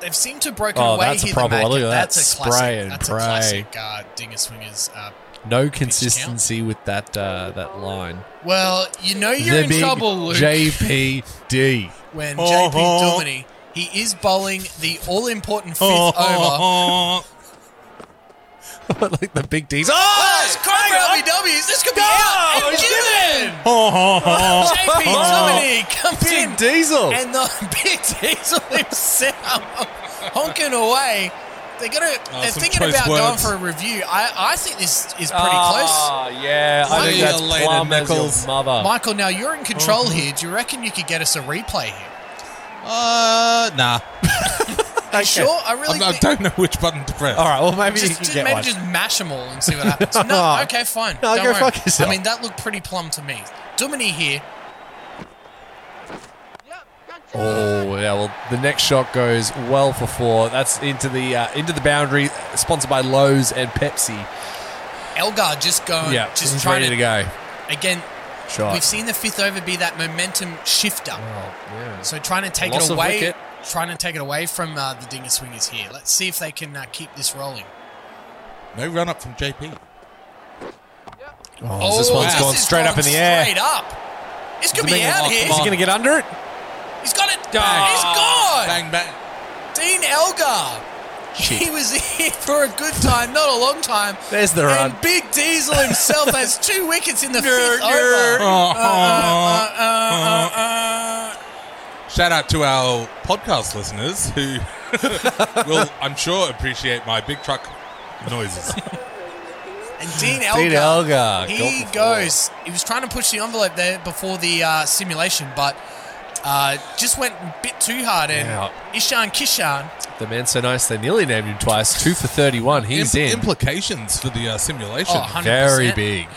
Speaker 1: they've seemed to have broken
Speaker 5: Oh,
Speaker 1: away
Speaker 5: that's a
Speaker 1: here. the
Speaker 5: problem.
Speaker 1: Mad
Speaker 5: Look at
Speaker 1: Cat.
Speaker 5: that.
Speaker 1: That's a
Speaker 5: Spray
Speaker 1: classic.
Speaker 5: and
Speaker 1: that's
Speaker 5: pray.
Speaker 1: a classic uh, dinger swingers. Uh,
Speaker 5: No consistency with that uh, that line.
Speaker 1: well, you know you're
Speaker 5: The
Speaker 1: in
Speaker 5: big
Speaker 1: trouble, Luke,
Speaker 5: JPD.
Speaker 1: when
Speaker 6: Oh,
Speaker 1: JP
Speaker 6: oh.
Speaker 1: Duminy he is bowling the all-important fifth
Speaker 6: Oh,
Speaker 1: over.
Speaker 6: oh, oh.
Speaker 5: like the big D's. Oh,
Speaker 1: It's Craig LBWs. This could be out and given. JP
Speaker 6: Oh.
Speaker 1: Dominic comes in
Speaker 5: big Diesel.
Speaker 1: and the big diesel himself honking away. They're gonna.
Speaker 6: Oh,
Speaker 1: they're
Speaker 6: some
Speaker 1: thinking
Speaker 6: choice
Speaker 1: about going
Speaker 6: words.
Speaker 1: for a review. I, I think this is pretty
Speaker 5: Ah, yeah. I
Speaker 1: Bloody
Speaker 5: think that's
Speaker 6: Elaine
Speaker 5: plum as your
Speaker 6: Nichols.
Speaker 5: mother.
Speaker 1: close. Michael, now you're in control
Speaker 6: Mm-hmm.
Speaker 1: here. Do you reckon you could get us a replay here?
Speaker 6: Uh, nah.
Speaker 1: Are you sure? I really.
Speaker 6: I'm- I
Speaker 1: think-
Speaker 6: don't know which button to press.
Speaker 5: All right. Well, maybe
Speaker 1: just,
Speaker 5: you
Speaker 1: just-
Speaker 5: can get
Speaker 1: maybe
Speaker 5: one.
Speaker 1: just mash them all and see what happens. No,
Speaker 5: Oh.
Speaker 1: okay, fine.
Speaker 5: No,
Speaker 1: Don't
Speaker 5: go
Speaker 1: worry.
Speaker 5: fuck yourself.
Speaker 1: I mean, that looked pretty plum to me. Duminy here.
Speaker 5: Oh yeah, well the next shot goes well for four. That's into the uh, into the boundary, sponsored by Lowe's and Pepsi.
Speaker 1: Elgar just going.
Speaker 5: Yeah,
Speaker 1: just
Speaker 5: he's
Speaker 1: trying
Speaker 5: ready to, go.
Speaker 1: Again,
Speaker 5: Shot.
Speaker 1: we've seen the fifth over be that momentum shifter.
Speaker 6: Oh,
Speaker 5: yeah.
Speaker 1: So trying to take
Speaker 5: Loss
Speaker 1: it
Speaker 5: of
Speaker 1: away,
Speaker 5: wicket.
Speaker 1: trying to take it away from uh, the Dinger Swingers here. Let's see if they can uh, keep this rolling.
Speaker 6: No run up from JP.
Speaker 5: Oh, this one's
Speaker 1: this
Speaker 5: gone
Speaker 1: is
Speaker 5: straight up
Speaker 1: going
Speaker 5: in the air.
Speaker 1: Straight up. This could
Speaker 5: Is it
Speaker 1: be
Speaker 5: making-
Speaker 1: out
Speaker 5: oh,
Speaker 1: here.
Speaker 5: Is he going to get under it?
Speaker 1: He's got it.
Speaker 5: Bang.
Speaker 1: He's gone.
Speaker 6: Bang, bang.
Speaker 1: Dean Elgar. He was here for a good time, not a long time.
Speaker 5: There's the
Speaker 1: and
Speaker 5: run.
Speaker 1: Big Diesel himself has two wickets in the fifth over.
Speaker 6: Oh,
Speaker 1: Uh, uh, uh,
Speaker 6: Shout out to our podcast listeners who will, I'm sure, appreciate my big truck noises.
Speaker 1: And Dean Elgar.
Speaker 5: Dean Elgar.
Speaker 1: He goes. He was trying to push the envelope there before the uh, simulation, but uh, just went a bit too hard. And
Speaker 5: Yeah.
Speaker 1: Ishan Kishan,
Speaker 5: The man's so nice they nearly named him twice. Two for thirty-one. He's
Speaker 6: Im-
Speaker 5: in.
Speaker 6: Implications for the uh, simulation.
Speaker 1: Oh, hun-
Speaker 5: Very
Speaker 1: 100%.
Speaker 5: big.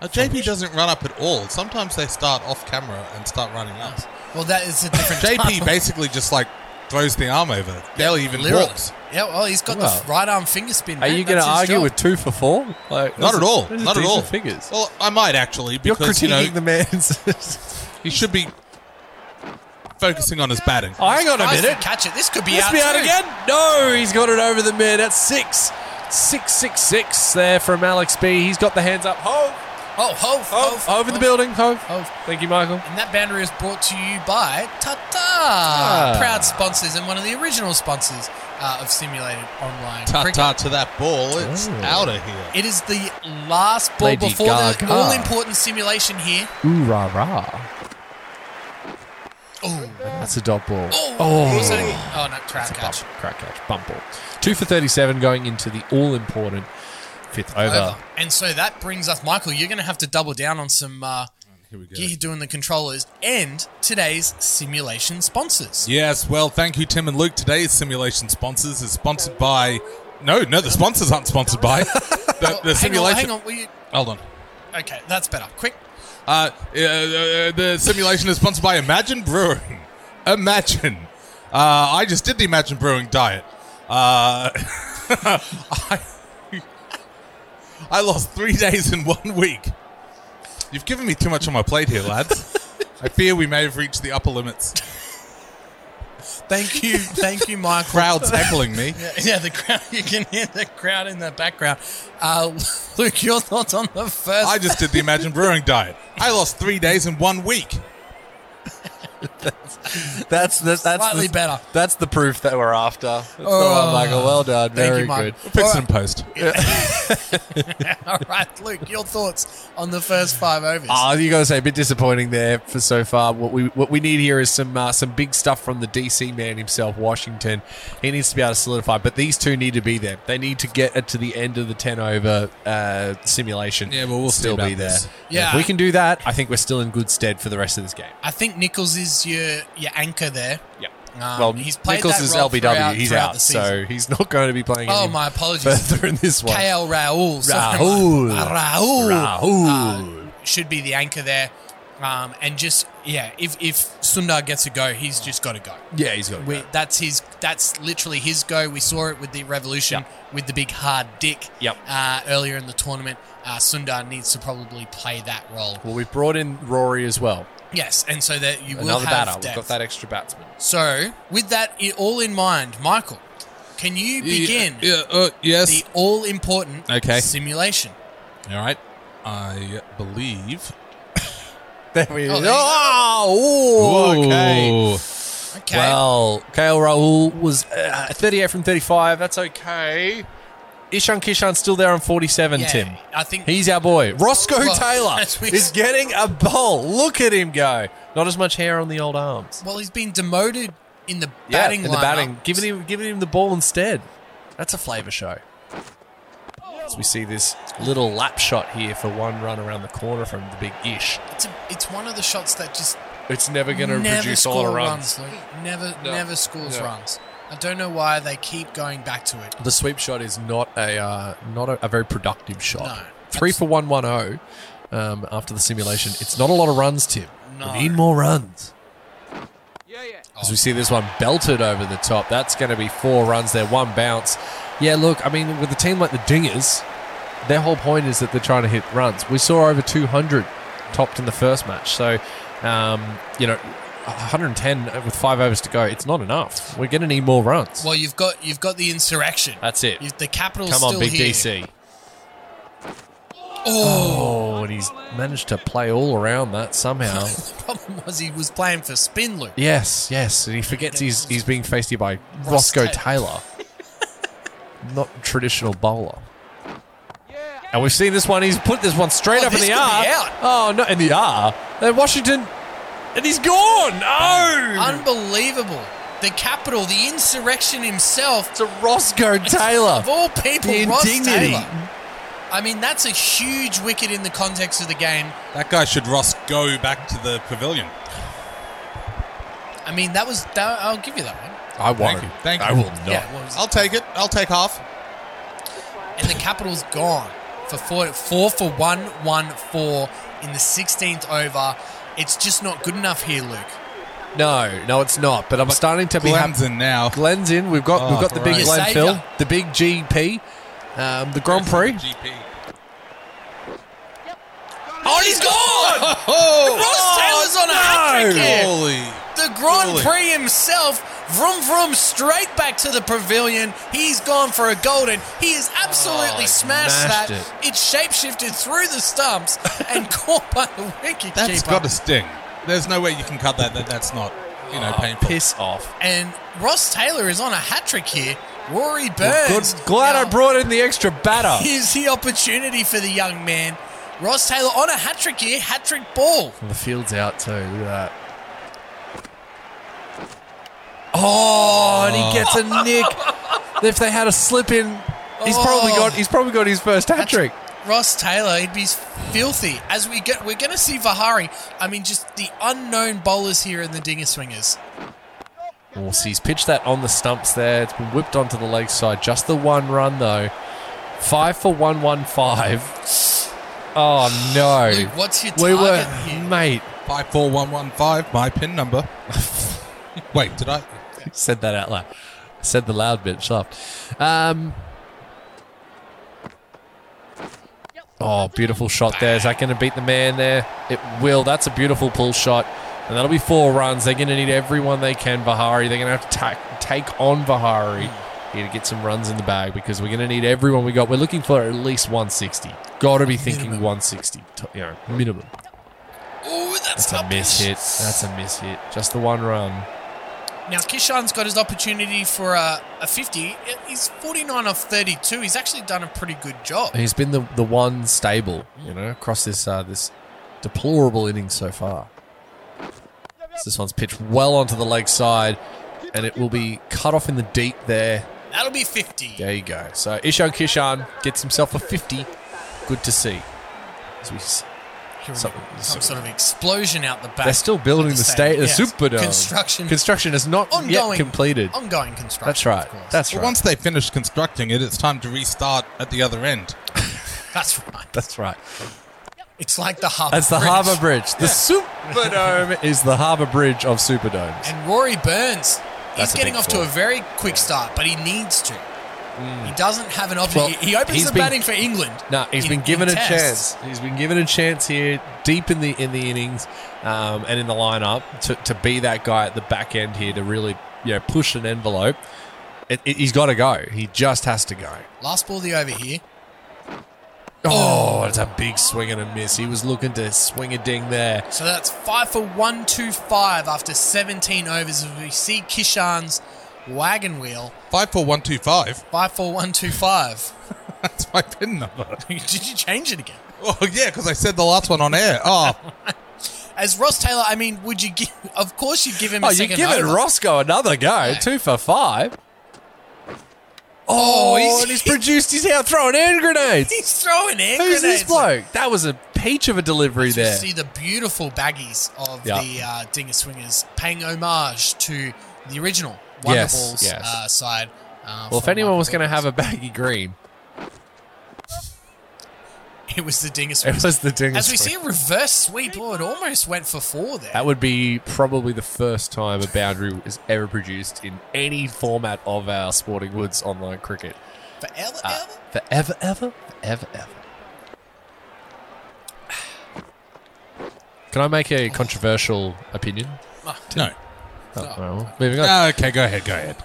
Speaker 6: Now, JP Uh, doesn't run up at all. Sometimes they start off camera and start running
Speaker 5: Oh.
Speaker 6: up.
Speaker 1: well, that is a different
Speaker 6: JP
Speaker 1: type.
Speaker 6: basically just like throws the arm over, barely even
Speaker 1: Literally.
Speaker 6: walks.
Speaker 1: Yeah, well, he's got
Speaker 5: Well.
Speaker 1: the right arm finger spin.
Speaker 5: Are you going to argue with two for four? Like,
Speaker 6: Not
Speaker 5: those
Speaker 6: at
Speaker 5: are-
Speaker 6: all.
Speaker 5: those are
Speaker 6: Not at
Speaker 5: decent
Speaker 6: all.
Speaker 5: Figures.
Speaker 6: Well, I might actually
Speaker 5: You're
Speaker 6: because you
Speaker 5: critiquing the
Speaker 6: know
Speaker 5: man's.
Speaker 6: he should be focusing on his batting.
Speaker 5: oh, hang on a
Speaker 1: I
Speaker 5: minute.
Speaker 1: catch it. This could be
Speaker 5: Let's
Speaker 1: out,
Speaker 5: be out
Speaker 1: too.
Speaker 5: again. No, he's got it over the mid at six. Six, six, six there from Alex B. He's got the hands up. Hove,
Speaker 1: Oh, hove,
Speaker 5: Hove,
Speaker 1: hove,
Speaker 5: over the building. Hove.
Speaker 1: Hove.
Speaker 5: Thank you, Michael.
Speaker 1: And that boundary is brought to you by Tata,
Speaker 5: Ah.
Speaker 1: proud sponsors and one of the original sponsors uh, of Simulated Online
Speaker 6: Ta
Speaker 1: Cricket.
Speaker 6: ta to that ball. It's
Speaker 1: Oh.
Speaker 6: out of here.
Speaker 1: It is the last ball
Speaker 5: Lady
Speaker 1: before
Speaker 5: Gaga.
Speaker 1: the all important simulation here.
Speaker 5: Ooh, rah, rah.
Speaker 1: Oh,
Speaker 5: That's a dot ball.
Speaker 1: oh, Was that
Speaker 5: oh.
Speaker 1: a- oh no, crap
Speaker 5: Bump,
Speaker 1: catch.
Speaker 5: crack catch, bump ball. Two for 37 going into the all important fifth over.
Speaker 1: Over. And so that brings us, Michael. You're going to have to double down on some uh,
Speaker 6: Here we go.
Speaker 1: Gear doing the controllers and today's simulation sponsors.
Speaker 6: Yes, well, thank you, Tim and Luke. Today's simulation sponsors is sponsored by. No, no, the sponsors aren't sponsored by. The, the simulation.
Speaker 1: Hang on, hang on. Will you...
Speaker 6: Hold on.
Speaker 1: Okay, that's better. Quick.
Speaker 6: Uh, uh, uh, the simulation is sponsored by Imagine Brewing. Imagine. Uh, I just did the Imagine Brewing diet. Uh, I, I lost three days in one week. You've given me too much on my plate here, lads. I fear we may have reached the upper limits.
Speaker 1: Thank you, thank you, Michael.
Speaker 6: Crowd's heckling me.
Speaker 1: Yeah, the crowd. You can hear the crowd in the background. Uh, Luke, your thoughts on the first?
Speaker 6: I just did the Imagine Brewing diet. I lost three days in one week.
Speaker 5: That's that's, that's
Speaker 1: Slightly
Speaker 5: the,
Speaker 1: better.
Speaker 5: That's the proof that we're after. That's the
Speaker 1: Oh.
Speaker 5: one, Michael. Well done.
Speaker 1: Thank
Speaker 5: Very
Speaker 1: you, Mike.
Speaker 5: good.
Speaker 6: We'll fix it in post.
Speaker 1: All right, Luke, your thoughts on the first five overs?
Speaker 5: Ah, you gotta say a bit disappointing there for so far. What we what we need here is some uh, some big stuff from the DC man himself, Washington. He needs to be able to solidify, but these two need to be there. They need to get it to the end of the ten over uh, simulation.
Speaker 6: Yeah, but we'll see
Speaker 5: still
Speaker 6: about
Speaker 5: be there.
Speaker 6: this.
Speaker 1: Yeah.
Speaker 5: if we can do that, I think we're still in good stead for the rest of this game.
Speaker 1: I think Nichols is your your anchor there.
Speaker 5: Yeah.
Speaker 1: Um,
Speaker 5: well,
Speaker 1: he's played
Speaker 5: Nichols
Speaker 1: that
Speaker 5: is
Speaker 1: role
Speaker 5: LBW.
Speaker 1: throughout-
Speaker 5: he's
Speaker 1: throughout
Speaker 5: out,
Speaker 1: the
Speaker 5: so
Speaker 1: season.
Speaker 5: he's not going to be playing.
Speaker 1: Oh,
Speaker 5: any
Speaker 1: my apologies.
Speaker 5: Further in this one.
Speaker 1: KL Raul. sorry.
Speaker 5: Raul.
Speaker 1: Uh, Raul.
Speaker 5: Raul.
Speaker 1: uh, should be the anchor there. Um, and just, yeah, if, if Sundar gets a go, he's just got to go.
Speaker 5: yeah, he's got. to
Speaker 1: We,
Speaker 5: go.
Speaker 1: that's his. That's literally his go. We saw it with the Revolution with the big hard dick
Speaker 5: Yep.
Speaker 1: uh, earlier in the tournament. Uh, Sundar needs to probably play that role.
Speaker 5: Well, we've brought in Rory as well.
Speaker 1: Yes, and so that you will
Speaker 5: Another
Speaker 1: have
Speaker 5: batter. We've
Speaker 1: depth.
Speaker 5: got that extra batsman.
Speaker 1: So, with that i- all in mind, Michael, can you begin
Speaker 6: Yeah, uh, yes.
Speaker 1: the all important
Speaker 6: Okay.
Speaker 1: simulation?
Speaker 6: All right. I believe.
Speaker 5: There we
Speaker 1: Oh, there
Speaker 5: go.
Speaker 1: you go.
Speaker 5: Oh, ooh, okay.
Speaker 6: Whoa.
Speaker 1: Okay.
Speaker 5: Well, Kale Rahul was uh, 38 from 35. That's okay. Ishan Kishan's still there on 47,
Speaker 1: Yeah,
Speaker 5: Tim.
Speaker 1: I think-
Speaker 5: he's our boy. Roscoe
Speaker 1: Well,
Speaker 5: Taylor
Speaker 1: as we-
Speaker 5: is getting a bowl. Look at him go. Not as much hair on the old arms.
Speaker 1: well, he's been demoted in the
Speaker 5: Yeah,
Speaker 1: batting
Speaker 5: in the
Speaker 1: lineup.
Speaker 5: batting, giving him giving him the ball instead. That's a flavour show. As we see this little lap shot here for one run around the corner from the big ish.
Speaker 1: It's, a- it's one of the shots that just
Speaker 5: It's never going to
Speaker 1: never
Speaker 5: produce a lot
Speaker 1: score
Speaker 5: of
Speaker 1: runs.
Speaker 5: runs.
Speaker 1: Luke. Never,
Speaker 5: No.
Speaker 1: never scores
Speaker 5: No.
Speaker 1: runs. I don't know why they keep going back to it.
Speaker 5: The sweep shot is not a uh, not a, a very productive shot.
Speaker 1: No.
Speaker 5: Three for one one zero. Um, after the simulation, it's not a lot of runs, Tim.
Speaker 1: No.
Speaker 5: We need more runs.
Speaker 2: Yeah, yeah.
Speaker 5: As we see this one belted over the top, that's going to be four runs there, one bounce. Yeah, look, I mean, with a team like the Dingers, their whole point is that they're trying to hit runs. We saw over 200 topped in the first match. So, um, you know, 110 with five overs to go, it's not enough. We're going to need more runs.
Speaker 1: Well, you've got you've got the insurrection.
Speaker 5: that's it.
Speaker 1: You've- the capital's
Speaker 5: Come on,
Speaker 1: still
Speaker 5: big
Speaker 1: here.
Speaker 5: DC.
Speaker 1: Oh,
Speaker 5: Oh, and he's managed to play all around that somehow.
Speaker 1: the problem was he was playing for spin loop.
Speaker 5: Yes, yes, and he forgets he's he's being faced here by
Speaker 1: Ross
Speaker 5: Roscoe
Speaker 1: Taylor.
Speaker 5: Taylor, not traditional bowler. And we've seen this one. He's put this one straight
Speaker 1: Oh,
Speaker 5: up in
Speaker 1: this
Speaker 5: the
Speaker 1: could
Speaker 5: R.
Speaker 1: be out.
Speaker 5: Oh no, in the R. And Washington, and he's gone. No,
Speaker 1: Unbelievable. The capital, the insurrection himself,
Speaker 5: it's a Roscoe Taylor.
Speaker 1: of all people,
Speaker 5: The
Speaker 1: Ross
Speaker 5: indignity.
Speaker 1: Taylor. I mean, that's a huge wicket in the context of the game.
Speaker 6: That guy should Ross go back to the pavilion.
Speaker 1: I mean, that was. That, I'll give you that one.
Speaker 5: I
Speaker 6: Thank
Speaker 5: won't.
Speaker 6: you. Thank you.
Speaker 5: I will not.
Speaker 1: Yeah, what was it?
Speaker 6: I'll take it. I'll take half.
Speaker 1: and the capital's gone for four, four for one, one four in the 16th over. It's just not good enough here, Luke.
Speaker 5: No, no, it's not. But I'm starting to be happy.
Speaker 6: Glenn's in now.
Speaker 5: Glenn's in. We've got we've
Speaker 6: Oh,
Speaker 5: got the big
Speaker 1: great.
Speaker 5: Glenn
Speaker 1: Your
Speaker 5: Phil,
Speaker 1: saviour.
Speaker 5: the big GP, um, the Grand Prix.
Speaker 6: GP.
Speaker 1: Oh, he's gone!
Speaker 6: Oh,
Speaker 1: Ross Taylor's on a hat trick here.
Speaker 6: Holy.
Speaker 1: The Grand
Speaker 6: Surely.
Speaker 1: Prix himself, vroom vroom, straight back to the pavilion. He's gone for a golden. He has absolutely
Speaker 5: Oh, he
Speaker 1: smashed that.
Speaker 5: mashed
Speaker 1: It. shapeshifted through the stumps and caught by the wicket
Speaker 6: That's
Speaker 1: keeper.
Speaker 6: got to sting. There's no way you can cut that. that that's not, you know,
Speaker 5: Oh,
Speaker 6: painful.
Speaker 5: piss off.
Speaker 1: and Ross Taylor is on a hat trick here. Rory
Speaker 5: Well,
Speaker 1: Burns.
Speaker 5: good- glad I
Speaker 1: Now,
Speaker 5: brought in the extra batter.
Speaker 1: Here's the opportunity for the young man. Ross Taylor on a hat trick here, hat trick ball.
Speaker 5: The field's out too. Look at that.
Speaker 1: Oh,
Speaker 5: Oh, and he gets a nick. if they had a slip in, he's probably
Speaker 1: Oh.
Speaker 5: got he's probably got his first hat trick.
Speaker 1: Ross Taylor, he'd be filthy. As we get, we're going to see Vahari. I mean, just the unknown bowlers here in the Dinger Swingers.
Speaker 5: Morse, he's pitched that on the stumps there. It's been whipped onto the leg side. Just the one run, though. Five for 115. Oh, no.
Speaker 1: Luke, what's your
Speaker 5: we were,
Speaker 1: target here?
Speaker 5: mate,
Speaker 6: Five four one one five. My pin number. Wait, did I?
Speaker 5: said that out loud. Said the loud bit, shut up. Um, oh, beautiful shot there. Is that going to beat the man there? It will. That's a beautiful pull shot. And that'll be four runs. They're going to need everyone they can, Vahari. They're going to have to ta- take on Vahari here to get some runs in the bag because we're going to need everyone we got. We're looking for at least 160. Got to be thinking 160, to- you know, minimum.
Speaker 1: Oh, that's,
Speaker 5: That's a
Speaker 1: not
Speaker 5: miss
Speaker 1: bad.
Speaker 5: hit. That's a miss hit. Just the one run.
Speaker 1: Now, Kishan's got his opportunity for a, a 50. He's 49 off 32. He's actually done a pretty good job.
Speaker 5: He's been the, the one stable, you know, across this uh, this deplorable inning so far. So this one's pitched well onto the leg side, and it will be cut off in the deep there.
Speaker 1: That'll be 50.
Speaker 5: There you go. So Ishan Kishan gets himself a 50. Good to see. So we s-
Speaker 1: Here we
Speaker 5: Some-
Speaker 1: go. Some sort of explosion out the back.
Speaker 5: they're still building
Speaker 1: of
Speaker 5: the state, the
Speaker 1: Yes.
Speaker 5: Superdome.
Speaker 1: Construction
Speaker 5: Construction is not yet
Speaker 1: ongoing.
Speaker 5: completed.
Speaker 1: Ongoing construction.
Speaker 5: That's
Speaker 1: of
Speaker 5: right.
Speaker 1: course.
Speaker 5: That's
Speaker 6: Well,
Speaker 5: right.
Speaker 6: once they finish constructing it, it's time to restart at the other end.
Speaker 1: That's right.
Speaker 5: That's right.
Speaker 1: It's like the harbour.
Speaker 5: That's the
Speaker 1: Bridge.
Speaker 5: Harbour Bridge. The Superdome is the Harbour Bridge of Superdomes.
Speaker 1: And Rory Burns, he's
Speaker 5: That's a
Speaker 1: getting
Speaker 5: big
Speaker 1: off
Speaker 5: four.
Speaker 1: to a very quick start, but he needs to. He doesn't have an option.
Speaker 5: Mm. Well,
Speaker 1: he, he opens
Speaker 5: he's
Speaker 1: the
Speaker 5: been-
Speaker 1: batting for England.
Speaker 5: No, he's
Speaker 1: in-
Speaker 5: been given a
Speaker 1: in tests.
Speaker 5: chance. He's been given a chance here, deep in the in the innings, um, and in the lineup to, to be that guy at the back end here to really you know push an envelope. It, it- he's got to go. He just has to go.
Speaker 1: Last ball of the over here.
Speaker 5: Oh, it's a big swing and a miss. He was looking to swing a ding there.
Speaker 1: So that's five for 125 after 17 overs. As we see Kishan's wagon wheel.
Speaker 6: Five four one two five.
Speaker 1: Five for 125.
Speaker 6: That's my pin number.
Speaker 1: Did you change it again?
Speaker 6: Oh yeah, because I said the last one on air. Oh,
Speaker 1: As Ross Taylor, I mean, would you give? Of course, you'd give him.
Speaker 5: Oh,
Speaker 1: a
Speaker 5: you
Speaker 1: second
Speaker 5: give it
Speaker 1: over.
Speaker 5: Roscoe another go. Two for five. Oh,
Speaker 1: he's-
Speaker 5: and he's produced. He's out throwing hand grenades.
Speaker 1: He's throwing air
Speaker 5: Who's
Speaker 1: grenades.
Speaker 5: this bloke? That was a peach of a delivery
Speaker 1: You
Speaker 5: there.
Speaker 1: see the beautiful baggies of
Speaker 5: Yeah.
Speaker 1: the uh, Dinger Swingers paying homage to the original Wonder
Speaker 5: Yes,
Speaker 1: Balls
Speaker 5: yes.
Speaker 1: Uh, side. Uh,
Speaker 5: Well, if
Speaker 1: from
Speaker 5: anyone
Speaker 1: Michael
Speaker 5: was going to
Speaker 1: Douglas.
Speaker 5: have a baggy green,
Speaker 1: it was the Dinger
Speaker 5: it
Speaker 1: Swingers.
Speaker 5: was the Dinger.
Speaker 1: As we see
Speaker 5: Swing.
Speaker 1: a reverse sweep, oh, it almost went for four there.
Speaker 5: that would be probably the first time a boundary was ever produced in any format of our Sporting Woods online cricket.
Speaker 1: for Ella,
Speaker 5: Uh, forever, ever, forever, ever. Can I make a controversial opinion?
Speaker 6: no.
Speaker 5: Oh, well, moving
Speaker 1: Uh,
Speaker 5: on.
Speaker 6: Ah, okay, go ahead, go ahead.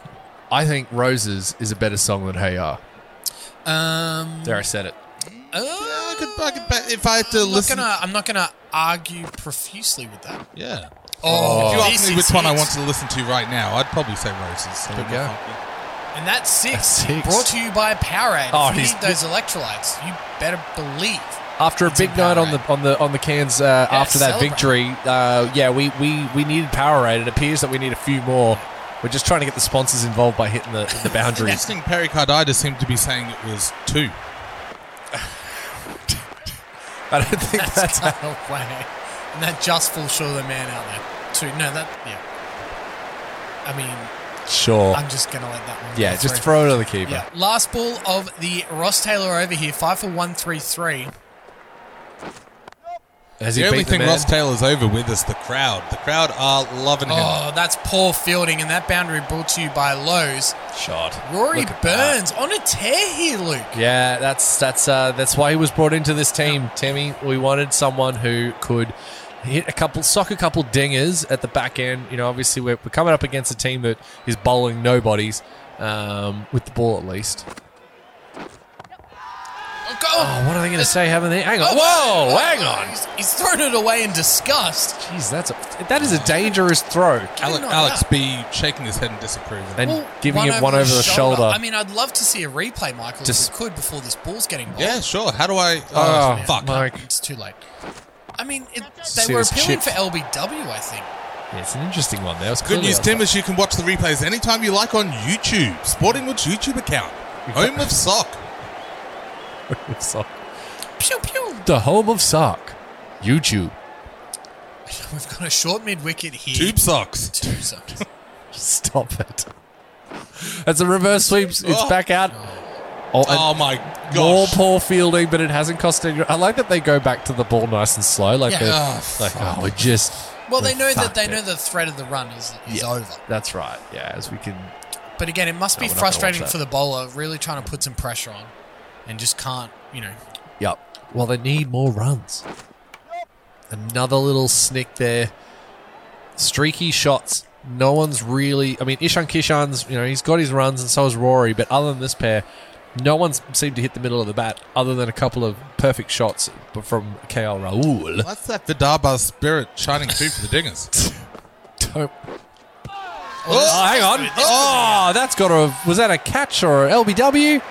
Speaker 5: I think Roses is a better song than Hey Ya.
Speaker 1: Um,
Speaker 5: There, I said it.
Speaker 6: I
Speaker 1: uh,
Speaker 6: could, I could, bet if I had to
Speaker 1: I'm not
Speaker 6: listen,
Speaker 1: gonna. I'm not gonna argue profusely with that.
Speaker 6: yeah.
Speaker 1: Oh,
Speaker 6: If you
Speaker 1: this
Speaker 6: asked me
Speaker 1: is
Speaker 6: which one I
Speaker 1: it.
Speaker 6: want to listen to right now, I'd probably say Roses. So
Speaker 5: There we go.
Speaker 6: we'll find-
Speaker 1: And that's six,
Speaker 5: That's six.
Speaker 1: Brought to you by Powerade.
Speaker 5: Oh,
Speaker 1: if you
Speaker 5: he's-
Speaker 1: need those electrolytes. You better believe.
Speaker 5: After a
Speaker 1: It's
Speaker 5: big night on the on the on the cans uh,
Speaker 1: Yeah,
Speaker 5: after that
Speaker 1: celebrate.
Speaker 5: victory, uh, yeah, we, we we needed Powerade. It appears that we need a few more. We're just trying to get the sponsors involved by hitting the, the boundaries.
Speaker 6: Interesting. Pericarditis seemed to be saying it was two.
Speaker 5: I don't think that's,
Speaker 1: That's out of way. And that just falls short of the man out there. Too. No, that. Yeah. I mean,
Speaker 5: sure.
Speaker 1: I'm just gonna let that one.
Speaker 5: yeah,
Speaker 1: go
Speaker 5: just
Speaker 1: through.
Speaker 5: throw it on the keeper.
Speaker 1: Yeah. Last ball of the Ross Taylor over here. Five for one, three, three.
Speaker 5: Has he
Speaker 6: The only
Speaker 5: beat the
Speaker 6: thing
Speaker 5: man?
Speaker 6: Ross Taylor's over with is the crowd. The crowd are loving him.
Speaker 1: Oh, that's poor fielding, and that boundary brought to you by Lowe's.
Speaker 5: Shot.
Speaker 1: Rory
Speaker 5: Look at that.
Speaker 1: Burns on a tear here, Luke.
Speaker 5: Yeah, that's that's uh, that's why he was brought into this team, Timmy. We wanted someone who could hit a couple, sock a couple dingers at the back end. You know, obviously we're, we're coming up against a team that is bowling nobodies um, with the ball at least.
Speaker 1: Oh, go.
Speaker 5: Oh, what are they going to say? Haven't they? Hang on!
Speaker 1: Oh,
Speaker 5: Whoa! Hang on!
Speaker 1: He's, he's thrown it away in disgust.
Speaker 5: Jeez, that's a, that is a dangerous throw,
Speaker 6: Ale-
Speaker 1: not
Speaker 6: Alex
Speaker 1: that.
Speaker 6: B shaking his head in disapproval.
Speaker 5: and giving it one over the shoulder.
Speaker 1: I mean, I'd love to see a replay, Michael,
Speaker 5: Just-
Speaker 1: if we could before this ball's getting bowled.
Speaker 6: yeah, sure. How do I? Oh,
Speaker 5: Oh,
Speaker 6: fuck.
Speaker 5: Mike.
Speaker 1: It's too late. I mean, it, they were
Speaker 5: Serious
Speaker 1: appealing
Speaker 5: shit.
Speaker 1: for LBW, I think.
Speaker 5: Yeah, it's an interesting one. There was
Speaker 6: Good
Speaker 5: clearly
Speaker 6: news,
Speaker 5: a-
Speaker 6: Tim, is you can watch the replays anytime you like on YouTube. Sportingwood's YouTube account. Home of Sock.
Speaker 5: So-
Speaker 1: Pew pew.
Speaker 5: The home of sock, YouTube.
Speaker 1: We've got a short mid wicket here.
Speaker 6: Tube socks.
Speaker 1: Tube socks.
Speaker 5: Stop it. That's a reverse sweep. It's
Speaker 6: Oh.
Speaker 5: back out. Oh, and
Speaker 6: Oh my
Speaker 5: more
Speaker 6: gosh.
Speaker 5: poor fielding, but it hasn't cost any. I like that they go back to the ball nice and slow. Like,
Speaker 1: Yeah.
Speaker 5: they're-
Speaker 6: Oh,
Speaker 5: like oh, we just.
Speaker 1: Well, they
Speaker 5: we
Speaker 1: know that
Speaker 5: fucked
Speaker 1: they
Speaker 5: it.
Speaker 1: know the threat of the run is, is over.
Speaker 5: That's right. Yeah, as we can.
Speaker 1: But again, it must be
Speaker 5: we're not gonna watch
Speaker 1: frustrating
Speaker 5: that.
Speaker 1: for the bowler, really trying to put some pressure on, and just can't. You know,
Speaker 5: Yep. Well, they need more runs. Another little snick there. Streaky shots. No one's really. I mean, Ishan Kishan's. You know, he's got his runs, and so has Rory. But other than this pair, no one's seemed to hit the middle of the bat, other than a couple of perfect shots from KL Raoul.
Speaker 6: That's that Vidarbha spirit shining through for the dingers.
Speaker 5: Don't. Oh, hang on. Oh, that's got a. Was that a catch or a LBW?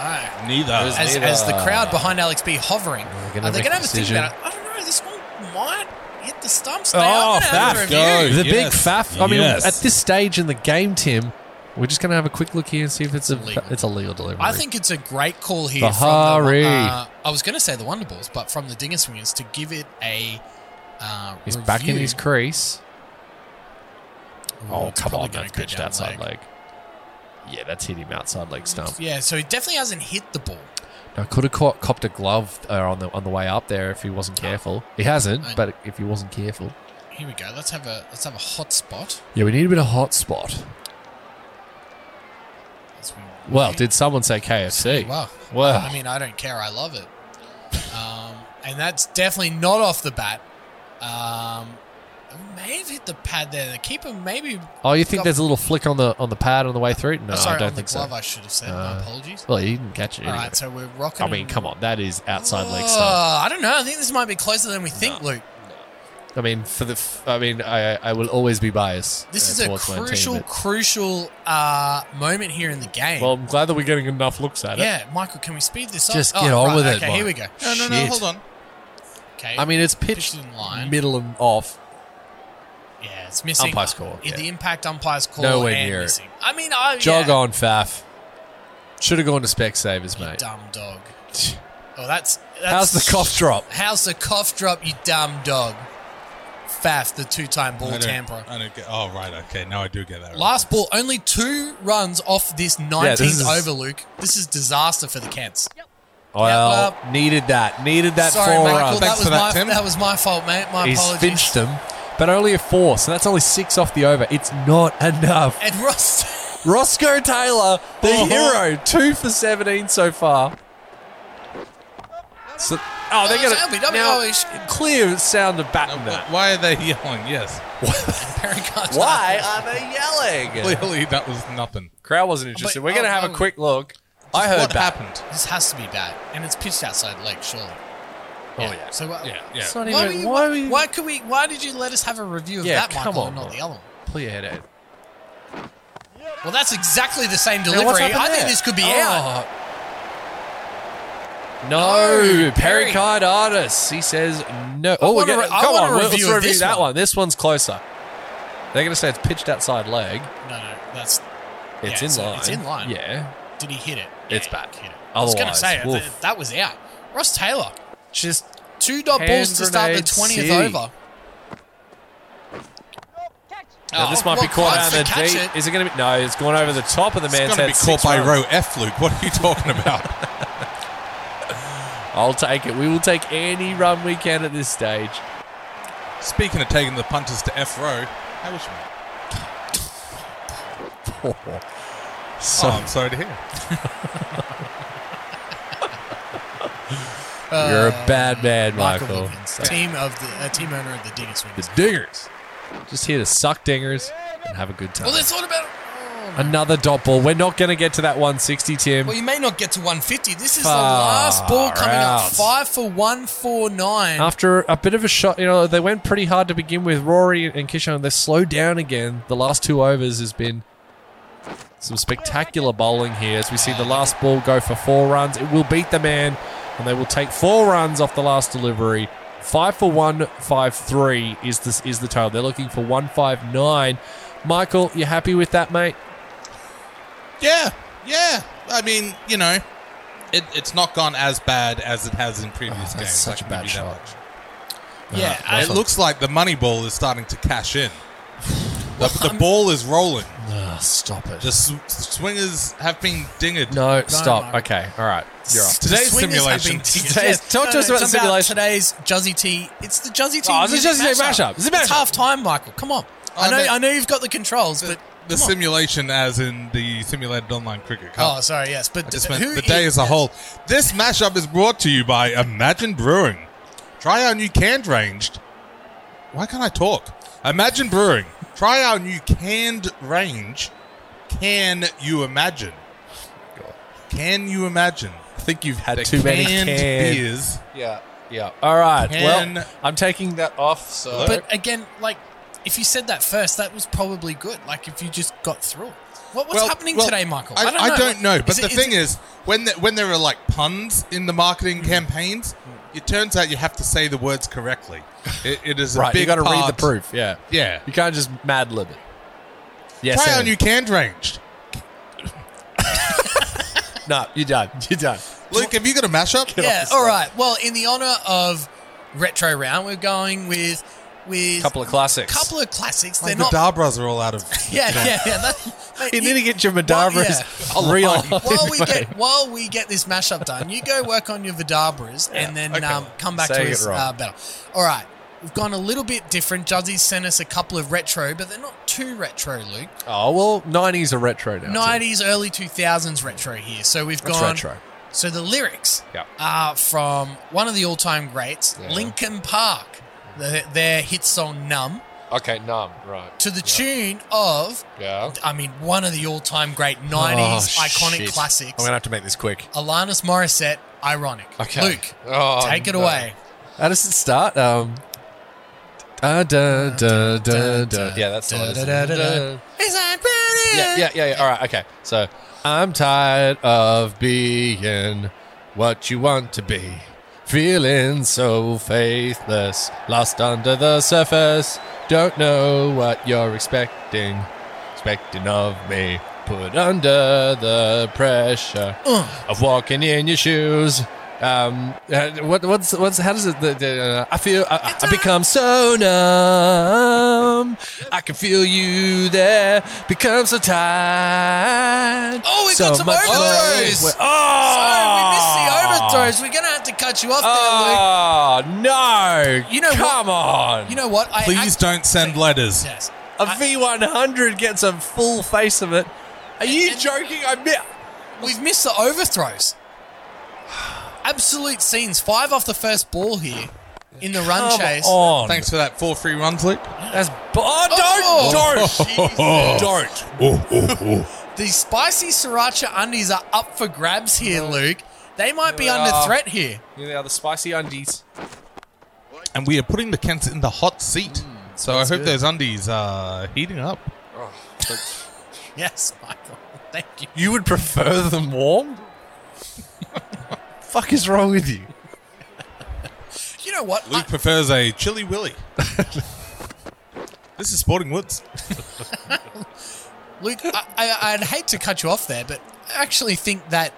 Speaker 1: ah,
Speaker 6: Neither.
Speaker 1: as, as the crowd behind Alex B hovering,
Speaker 5: uh, gonna
Speaker 1: are they going
Speaker 5: make
Speaker 1: to
Speaker 5: a
Speaker 1: have a think
Speaker 5: decision.
Speaker 1: about it? I don't know. This one might hit the stumps. They
Speaker 5: Oh,
Speaker 1: are gonna have a
Speaker 5: faff.
Speaker 1: review.
Speaker 5: The
Speaker 6: Go.
Speaker 5: big
Speaker 6: Yes.
Speaker 5: faff. I mean,
Speaker 6: Yes.
Speaker 5: at this stage in the game, Tim, we're just going to have a quick look here and see if it's a
Speaker 1: Illegal.
Speaker 5: it's a legal delivery.
Speaker 1: I think it's a great call here.
Speaker 5: The
Speaker 1: from
Speaker 5: hurry.
Speaker 1: the, uh, I was going to say the Wonder Balls, but from the Dinger Swingers to give it a uh,
Speaker 5: he's back in
Speaker 1: review. Oh,
Speaker 5: his crease. Oh,
Speaker 1: it's
Speaker 5: come
Speaker 1: probably
Speaker 5: on,
Speaker 1: gonna
Speaker 5: that's
Speaker 1: go
Speaker 5: pitched
Speaker 1: down
Speaker 5: outside
Speaker 1: leg.
Speaker 5: leg. Yeah, that's hit him outside leg stump.
Speaker 1: Yeah, so he definitely hasn't hit the ball.
Speaker 5: Now could have caught, copped a glove uh, on the on the way up there if he wasn't careful. He hasn't,
Speaker 1: I-
Speaker 5: but if he wasn't careful,
Speaker 1: Here we go. Let's have a let's have a hot spot.
Speaker 5: yeah, we need a bit of hot spot.
Speaker 1: As we-
Speaker 5: Well, did someone say KFC?
Speaker 1: Wow.
Speaker 5: Wow.
Speaker 1: I mean, I don't care. I love it. Um, and that's definitely not off the bat. Um, it may have hit the pad there. The keeper maybe.
Speaker 5: oh, you think
Speaker 1: got-
Speaker 5: there's a little flick on the on the pad on the way through? No,
Speaker 1: Oh, sorry,
Speaker 5: I don't
Speaker 1: on the
Speaker 5: think
Speaker 1: glove.
Speaker 5: so.
Speaker 1: I should have said.
Speaker 5: Uh,
Speaker 1: My apologies.
Speaker 5: Well, he didn't catch it.
Speaker 1: All
Speaker 5: anyway.
Speaker 1: right, so we're rocking.
Speaker 5: I mean, come on, that is outside leg
Speaker 1: Oh,
Speaker 5: stump.
Speaker 1: I don't know. I think this might be closer than we think, Luke.
Speaker 5: I mean, for the, f- I mean, I, I will always be biased.
Speaker 1: This
Speaker 5: uh,
Speaker 1: is a
Speaker 5: towards my team,
Speaker 1: crucial,
Speaker 5: but-
Speaker 1: crucial uh, moment here in the game.
Speaker 5: well, I'm glad that we're getting enough looks at it.
Speaker 1: yeah, Michael, can we speed this up? Oh,
Speaker 5: Just get on with it,
Speaker 1: Okay,
Speaker 5: Mike.
Speaker 1: here we go.
Speaker 6: No, no, no,
Speaker 5: Shit.
Speaker 6: hold on.
Speaker 1: Okay,
Speaker 5: I mean, it's pitched
Speaker 1: Pitched in line.
Speaker 5: middle and off.
Speaker 1: yeah, it's missing.
Speaker 5: umpire's call,
Speaker 1: Yeah, The
Speaker 5: yeah.
Speaker 1: impact umpire's call.
Speaker 5: Nowhere
Speaker 1: and
Speaker 5: near it.
Speaker 1: missing. I mean, I,
Speaker 5: Jog
Speaker 1: yeah.
Speaker 5: on, Faf. Should have gone to Specsavers, mate.
Speaker 1: dumb dog. Oh, that's, that's
Speaker 5: How's the cough drop?
Speaker 1: How's the cough drop, you dumb dog? Faf, the two-time ball
Speaker 6: I don't-
Speaker 1: tamperer.
Speaker 6: I don't get. Oh right, okay. Now I do get that. right.
Speaker 1: Last ball, only two runs off this 19th
Speaker 5: is-
Speaker 1: over, Luke. This is disaster for the Cats.
Speaker 5: Well,
Speaker 1: Yeah,
Speaker 5: needed that. Needed that
Speaker 1: Sorry,
Speaker 5: four
Speaker 1: Michael,
Speaker 5: runs.
Speaker 1: that
Speaker 6: Thanks
Speaker 1: was,
Speaker 6: for that,
Speaker 1: my,
Speaker 6: Tim.
Speaker 1: that was my fault, mate. My
Speaker 5: He's
Speaker 1: apologies.
Speaker 5: pinched them, but only a four, so that's only six off the over. It's not enough.
Speaker 1: And Ross,
Speaker 5: Roscoe Taylor, the hero, two for 17 so far. So, oh, they're
Speaker 1: Oh,
Speaker 5: going
Speaker 1: that'll be- that'll
Speaker 5: to
Speaker 1: be
Speaker 5: now
Speaker 1: always-
Speaker 5: clear sound of batting
Speaker 6: Why-
Speaker 5: that.
Speaker 6: Why are they yelling? Yes,
Speaker 1: Pericard-
Speaker 5: Why are they yelling?
Speaker 6: clearly that was nothing.
Speaker 5: Crowd wasn't interested.
Speaker 1: But-
Speaker 5: We're going to
Speaker 1: oh,
Speaker 5: have a
Speaker 1: oh.
Speaker 5: quick look. I heard
Speaker 6: what
Speaker 5: that.
Speaker 6: happened?
Speaker 1: This has to be bad, and it's pitched outside leg, surely.
Speaker 5: Oh, yeah.
Speaker 1: So uh,
Speaker 6: Yeah, yeah.
Speaker 5: It's not
Speaker 1: Why,
Speaker 5: even-
Speaker 1: were you,
Speaker 5: why
Speaker 1: why,
Speaker 5: were you-
Speaker 1: could we? Why did you let us have a review of
Speaker 5: Yeah,
Speaker 1: that,
Speaker 5: come
Speaker 1: Michael,
Speaker 5: on,
Speaker 1: and not
Speaker 5: Mike.
Speaker 1: the other one?
Speaker 5: Pull your head out.
Speaker 1: Well, that's exactly the same
Speaker 5: Now, what's
Speaker 1: delivery.
Speaker 5: happened
Speaker 1: I think
Speaker 5: there?
Speaker 1: this could be
Speaker 5: Oh.
Speaker 1: out.
Speaker 5: No,
Speaker 1: No, Perry.
Speaker 5: pericard artist. He says no. Oh, we're
Speaker 1: wanna
Speaker 5: getting,
Speaker 1: re- I
Speaker 5: come
Speaker 1: wanna
Speaker 5: on, let's
Speaker 1: review
Speaker 5: review
Speaker 1: this
Speaker 5: that
Speaker 1: one.
Speaker 5: one. This one's closer. They're going to say it's pitched outside leg.
Speaker 1: No, no, that's.
Speaker 5: It's
Speaker 1: Yeah,
Speaker 5: in
Speaker 1: it's-
Speaker 5: line.
Speaker 1: it's in line.
Speaker 5: Yeah.
Speaker 1: Did he hit it?
Speaker 5: It's
Speaker 1: he
Speaker 5: back.
Speaker 1: Hit it. I was going to
Speaker 5: Otherwise,
Speaker 1: say
Speaker 5: woof.
Speaker 1: that, that was out. Ross Taylor,
Speaker 5: Just
Speaker 1: two dot
Speaker 5: Hand
Speaker 1: balls to start the
Speaker 5: grenade
Speaker 1: twentieth
Speaker 5: C.
Speaker 1: over.
Speaker 5: Now,
Speaker 1: Oh,
Speaker 5: this might be
Speaker 1: well,
Speaker 5: caught out
Speaker 1: Christ,
Speaker 5: in the
Speaker 1: to catch
Speaker 5: deep.
Speaker 1: it.
Speaker 5: Is it going to be? No, it's gone over the top of the
Speaker 6: It's
Speaker 5: man's
Speaker 6: going to
Speaker 5: head.
Speaker 6: be
Speaker 5: six
Speaker 6: caught by
Speaker 5: runs.
Speaker 6: row F, Luke. What are you talking about?
Speaker 5: I'll take it. We will take any run we can at this stage.
Speaker 6: Speaking of taking the punters to F row, how was you?
Speaker 5: So
Speaker 6: oh, I'm sorry to hear.
Speaker 5: you're a bad man,
Speaker 1: Oh, uh, Michael
Speaker 5: Michael.
Speaker 1: Wilkins, team of the uh, team owner of the Dinger Swingers.
Speaker 5: The dingers. Just here to suck dingers and have a good time.
Speaker 1: Well, that's all about.
Speaker 5: Another dot ball. We're not going to get to that 160, Tim.
Speaker 1: Well, you may not get to 150. This is the
Speaker 5: Far
Speaker 1: last ball coming
Speaker 5: out. Oh.
Speaker 1: up. Five for 149.
Speaker 5: After a bit of a shot, you know, they went pretty hard to begin with. Rory and Kishan, they slowed down again. The last two overs has been some spectacular bowling here as we see the last ball go for four runs. It will beat the man, and they will take four runs off the last delivery. Five for one, five three is this is the total. They're looking for one five nine. Michael, you happy with that, mate?
Speaker 6: Yeah, yeah. I mean, you know, it, it's not gone as bad as it has in
Speaker 5: that's
Speaker 6: previous games.
Speaker 5: Oh, such
Speaker 6: I
Speaker 5: a
Speaker 6: can
Speaker 5: bad
Speaker 6: give you that
Speaker 5: shot.
Speaker 6: much.
Speaker 1: yeah,
Speaker 5: well
Speaker 1: I-
Speaker 6: It looks like the money ball is starting to cash in. The, the ball is rolling.
Speaker 5: Ugh, stop it.
Speaker 6: The sw- swingers have been dinged.
Speaker 5: no, stop.
Speaker 1: Mark.
Speaker 5: Okay, all right. You're off.
Speaker 1: the
Speaker 6: Today's
Speaker 1: swingers have
Speaker 6: simulation.
Speaker 1: been tickets.
Speaker 5: Today's-
Speaker 1: Yeah.
Speaker 5: talk to us about
Speaker 1: it's
Speaker 5: the simulation.
Speaker 1: Today's Juzzy T. It's the Juzzy T.
Speaker 5: Oh, it's the
Speaker 1: music
Speaker 5: Juzzy T mashup. It's a mashup.
Speaker 1: half time, Michael. Come on. I
Speaker 6: Oh,
Speaker 1: know.
Speaker 6: no.
Speaker 1: I know you've got the controls,
Speaker 6: The,
Speaker 1: but
Speaker 6: the
Speaker 1: come on.
Speaker 6: simulation, as in the simulated online cricket
Speaker 1: Oh,
Speaker 6: cup.
Speaker 1: sorry. Yes, but
Speaker 6: I just
Speaker 1: d-
Speaker 6: meant
Speaker 1: who
Speaker 6: the day
Speaker 1: is-
Speaker 6: as a whole. This mashup is brought to you by Imagine Brewing. Try our new canned range. Why can't I talk? Imagine Brewing. Try our new canned range. Can you imagine? Can you imagine?
Speaker 5: I think you've had
Speaker 6: The
Speaker 5: too many
Speaker 6: canned
Speaker 5: cans.
Speaker 6: beers.
Speaker 5: Yeah, yeah. All right.
Speaker 6: Can-
Speaker 5: well, I'm taking that off. So
Speaker 1: But again, like if you said that first, that was probably good. Like if you just got through. it. What, what's
Speaker 6: Well,
Speaker 1: happening
Speaker 6: well,
Speaker 1: today, Michael?
Speaker 6: I, I don't know. but
Speaker 1: Is
Speaker 6: the
Speaker 1: it-
Speaker 6: thing
Speaker 1: it- Hmm.
Speaker 6: is, when the, when there are like puns in the marketing campaigns, it turns out you have to say the words correctly. It, it is a
Speaker 5: right,
Speaker 6: big
Speaker 5: you got to read the
Speaker 6: part.
Speaker 5: proof. Yeah,
Speaker 6: Yeah.
Speaker 5: You can't just mad lib it. Yes.
Speaker 6: Try our
Speaker 5: Evan.
Speaker 6: new canned range.
Speaker 5: No, you're done. You're done.
Speaker 6: Luke, have you got a mashup?
Speaker 1: yeah. All right. Well, in the honor of retro round, we're going with with
Speaker 5: Couple of classics.
Speaker 1: couple of classics.
Speaker 6: Like
Speaker 1: They're not.
Speaker 6: the Dabras are all out of.
Speaker 1: yeah, yeah, yeah. That, mate,
Speaker 5: You need to get your
Speaker 1: Well,
Speaker 5: Madabras
Speaker 1: yeah.
Speaker 5: real.
Speaker 1: While we get while we get this mashup done, you go work on your Vidabras and then
Speaker 6: okay.
Speaker 1: um, come back
Speaker 5: Saying
Speaker 1: to
Speaker 5: it
Speaker 1: us
Speaker 5: wrong.
Speaker 1: uh, better. All right, we've gone a little bit different. Juzzy sent us a couple of retro, but they're not too retro, Luke.
Speaker 5: Oh well, nineties are retro now. too.
Speaker 1: Nineties, early two thousands retro here. So we've
Speaker 5: That's
Speaker 1: gone
Speaker 5: retro.
Speaker 1: So the lyrics
Speaker 5: Yeah.
Speaker 1: are from one of the all time greats,
Speaker 5: Yeah.
Speaker 1: Linkin Park. Their, their hit song "Numb"
Speaker 5: Okay, numb. Right.
Speaker 1: to the tune of,
Speaker 5: Yeah.
Speaker 1: I mean, one of the all time great nineties
Speaker 5: Oh,
Speaker 1: iconic
Speaker 5: shit.
Speaker 1: classics.
Speaker 5: I'm gonna have to make this quick.
Speaker 1: Alanis Morissette, ironic.
Speaker 5: Okay.
Speaker 1: Luke,
Speaker 5: Oh,
Speaker 1: take it
Speaker 5: no.
Speaker 1: away.
Speaker 5: How does it start? Um. Da, da, da, da, da. Yeah, that's the
Speaker 1: Da,
Speaker 5: one.
Speaker 1: da,
Speaker 5: isn't
Speaker 1: da,
Speaker 5: it?
Speaker 1: da, da. Is that pretty?
Speaker 5: Yeah, yeah, yeah, yeah. All right, okay. So I'm tired of being what you want to be, feeling so faithless, lost under the surface. Don't know what you're expecting, expecting of me. Put under the pressure of walking in your shoes. Um, uh, what, what's what's how does it? The, the, uh, I feel I, I become so numb. I can feel you there. Become so tired.
Speaker 1: Oh, we
Speaker 5: so
Speaker 1: got some
Speaker 5: much
Speaker 1: overthrows. Sorry,
Speaker 5: love-
Speaker 1: we
Speaker 5: Oh,
Speaker 1: missed the overthrows. We're going to have to cut you off there, Luke.
Speaker 5: Oh no!
Speaker 1: You know
Speaker 5: come on.
Speaker 1: You know what? I
Speaker 6: Please
Speaker 1: act-
Speaker 6: don't send letters.
Speaker 1: Yes.
Speaker 5: a
Speaker 1: I-
Speaker 5: V one hundred gets a full face of it. Are you
Speaker 1: and-
Speaker 5: joking? I mi-
Speaker 1: We've missed the overthrows. Absolute scenes. Five off the first ball here in the run
Speaker 5: come
Speaker 1: chase.
Speaker 5: on.
Speaker 6: Thanks for that four free runs, Luke.
Speaker 5: That's oh,
Speaker 1: Oh.
Speaker 5: don't don't don't.
Speaker 1: The spicy sriracha undies are up for grabs here, Luke. They might be
Speaker 5: They
Speaker 1: under
Speaker 5: are.
Speaker 1: threat here.
Speaker 5: Here they are, the spicy undies.
Speaker 6: And we are putting the Kents in the hot seat.
Speaker 1: Mm,
Speaker 6: so I hope those undies are heating up.
Speaker 1: Ah. Yes, Michael. Thank you.
Speaker 5: You would prefer them warm? Fuck is wrong with you?
Speaker 1: You know what?
Speaker 6: Luke prefers a chili willy. this is Sporting Woods.
Speaker 1: Luke, I, I, I'd hate to cut you off there, but I actually think that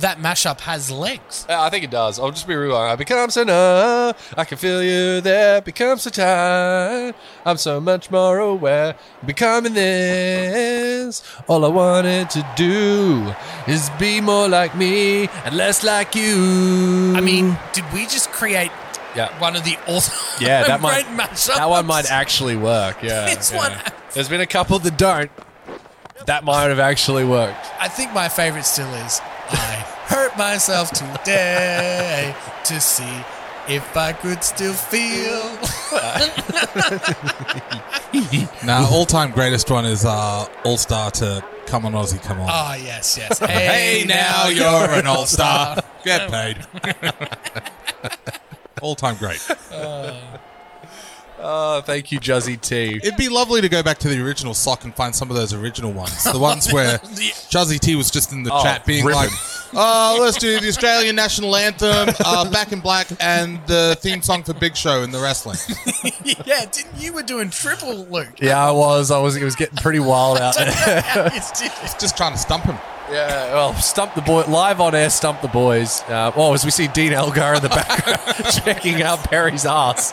Speaker 1: that mashup has legs.
Speaker 5: Yeah, Uh, I think it does. I'll just be real. I become so numb. I can feel you there. Become so tired. I'm so much more aware. Becoming this. All I wanted to do is be more like me and less like you.
Speaker 1: I mean, did we just create
Speaker 5: Yeah.
Speaker 1: one of the awesome
Speaker 5: Yeah, that might
Speaker 1: great mashups?
Speaker 5: that one might actually work. Yeah,
Speaker 1: This
Speaker 5: yeah.
Speaker 1: one-
Speaker 5: There's been a couple that don't. That might have actually worked.
Speaker 1: I think my favorite still is I hurt myself today to see if I could still feel.
Speaker 6: Now, all time greatest one is uh, All Star to Come on Aussie, Come On.
Speaker 1: Ah, yes, yes.
Speaker 6: Oh, hey, now you're an All Star. Get paid. all time great.
Speaker 5: Oh, thank you, Juzzy T.
Speaker 6: It'd be lovely to go back to the original sock and find some of those original ones. The ones where Juzzy T was just in the
Speaker 5: Oh,
Speaker 6: chat being
Speaker 5: ripping.
Speaker 6: like, oh, let's do the Australian national anthem, uh, Back in Black, and the theme song for Big Show in the wrestling.
Speaker 1: yeah, didn't you were doing triple, Luke?
Speaker 5: Yeah, I was. I was. It was getting pretty wild out there.
Speaker 1: Yes, did.
Speaker 6: Just trying to stump him.
Speaker 5: Yeah, well, stump the boy live on air. Stump the boys. Uh, oh, as we see Dean Elgar in the background checking out Perry's ass.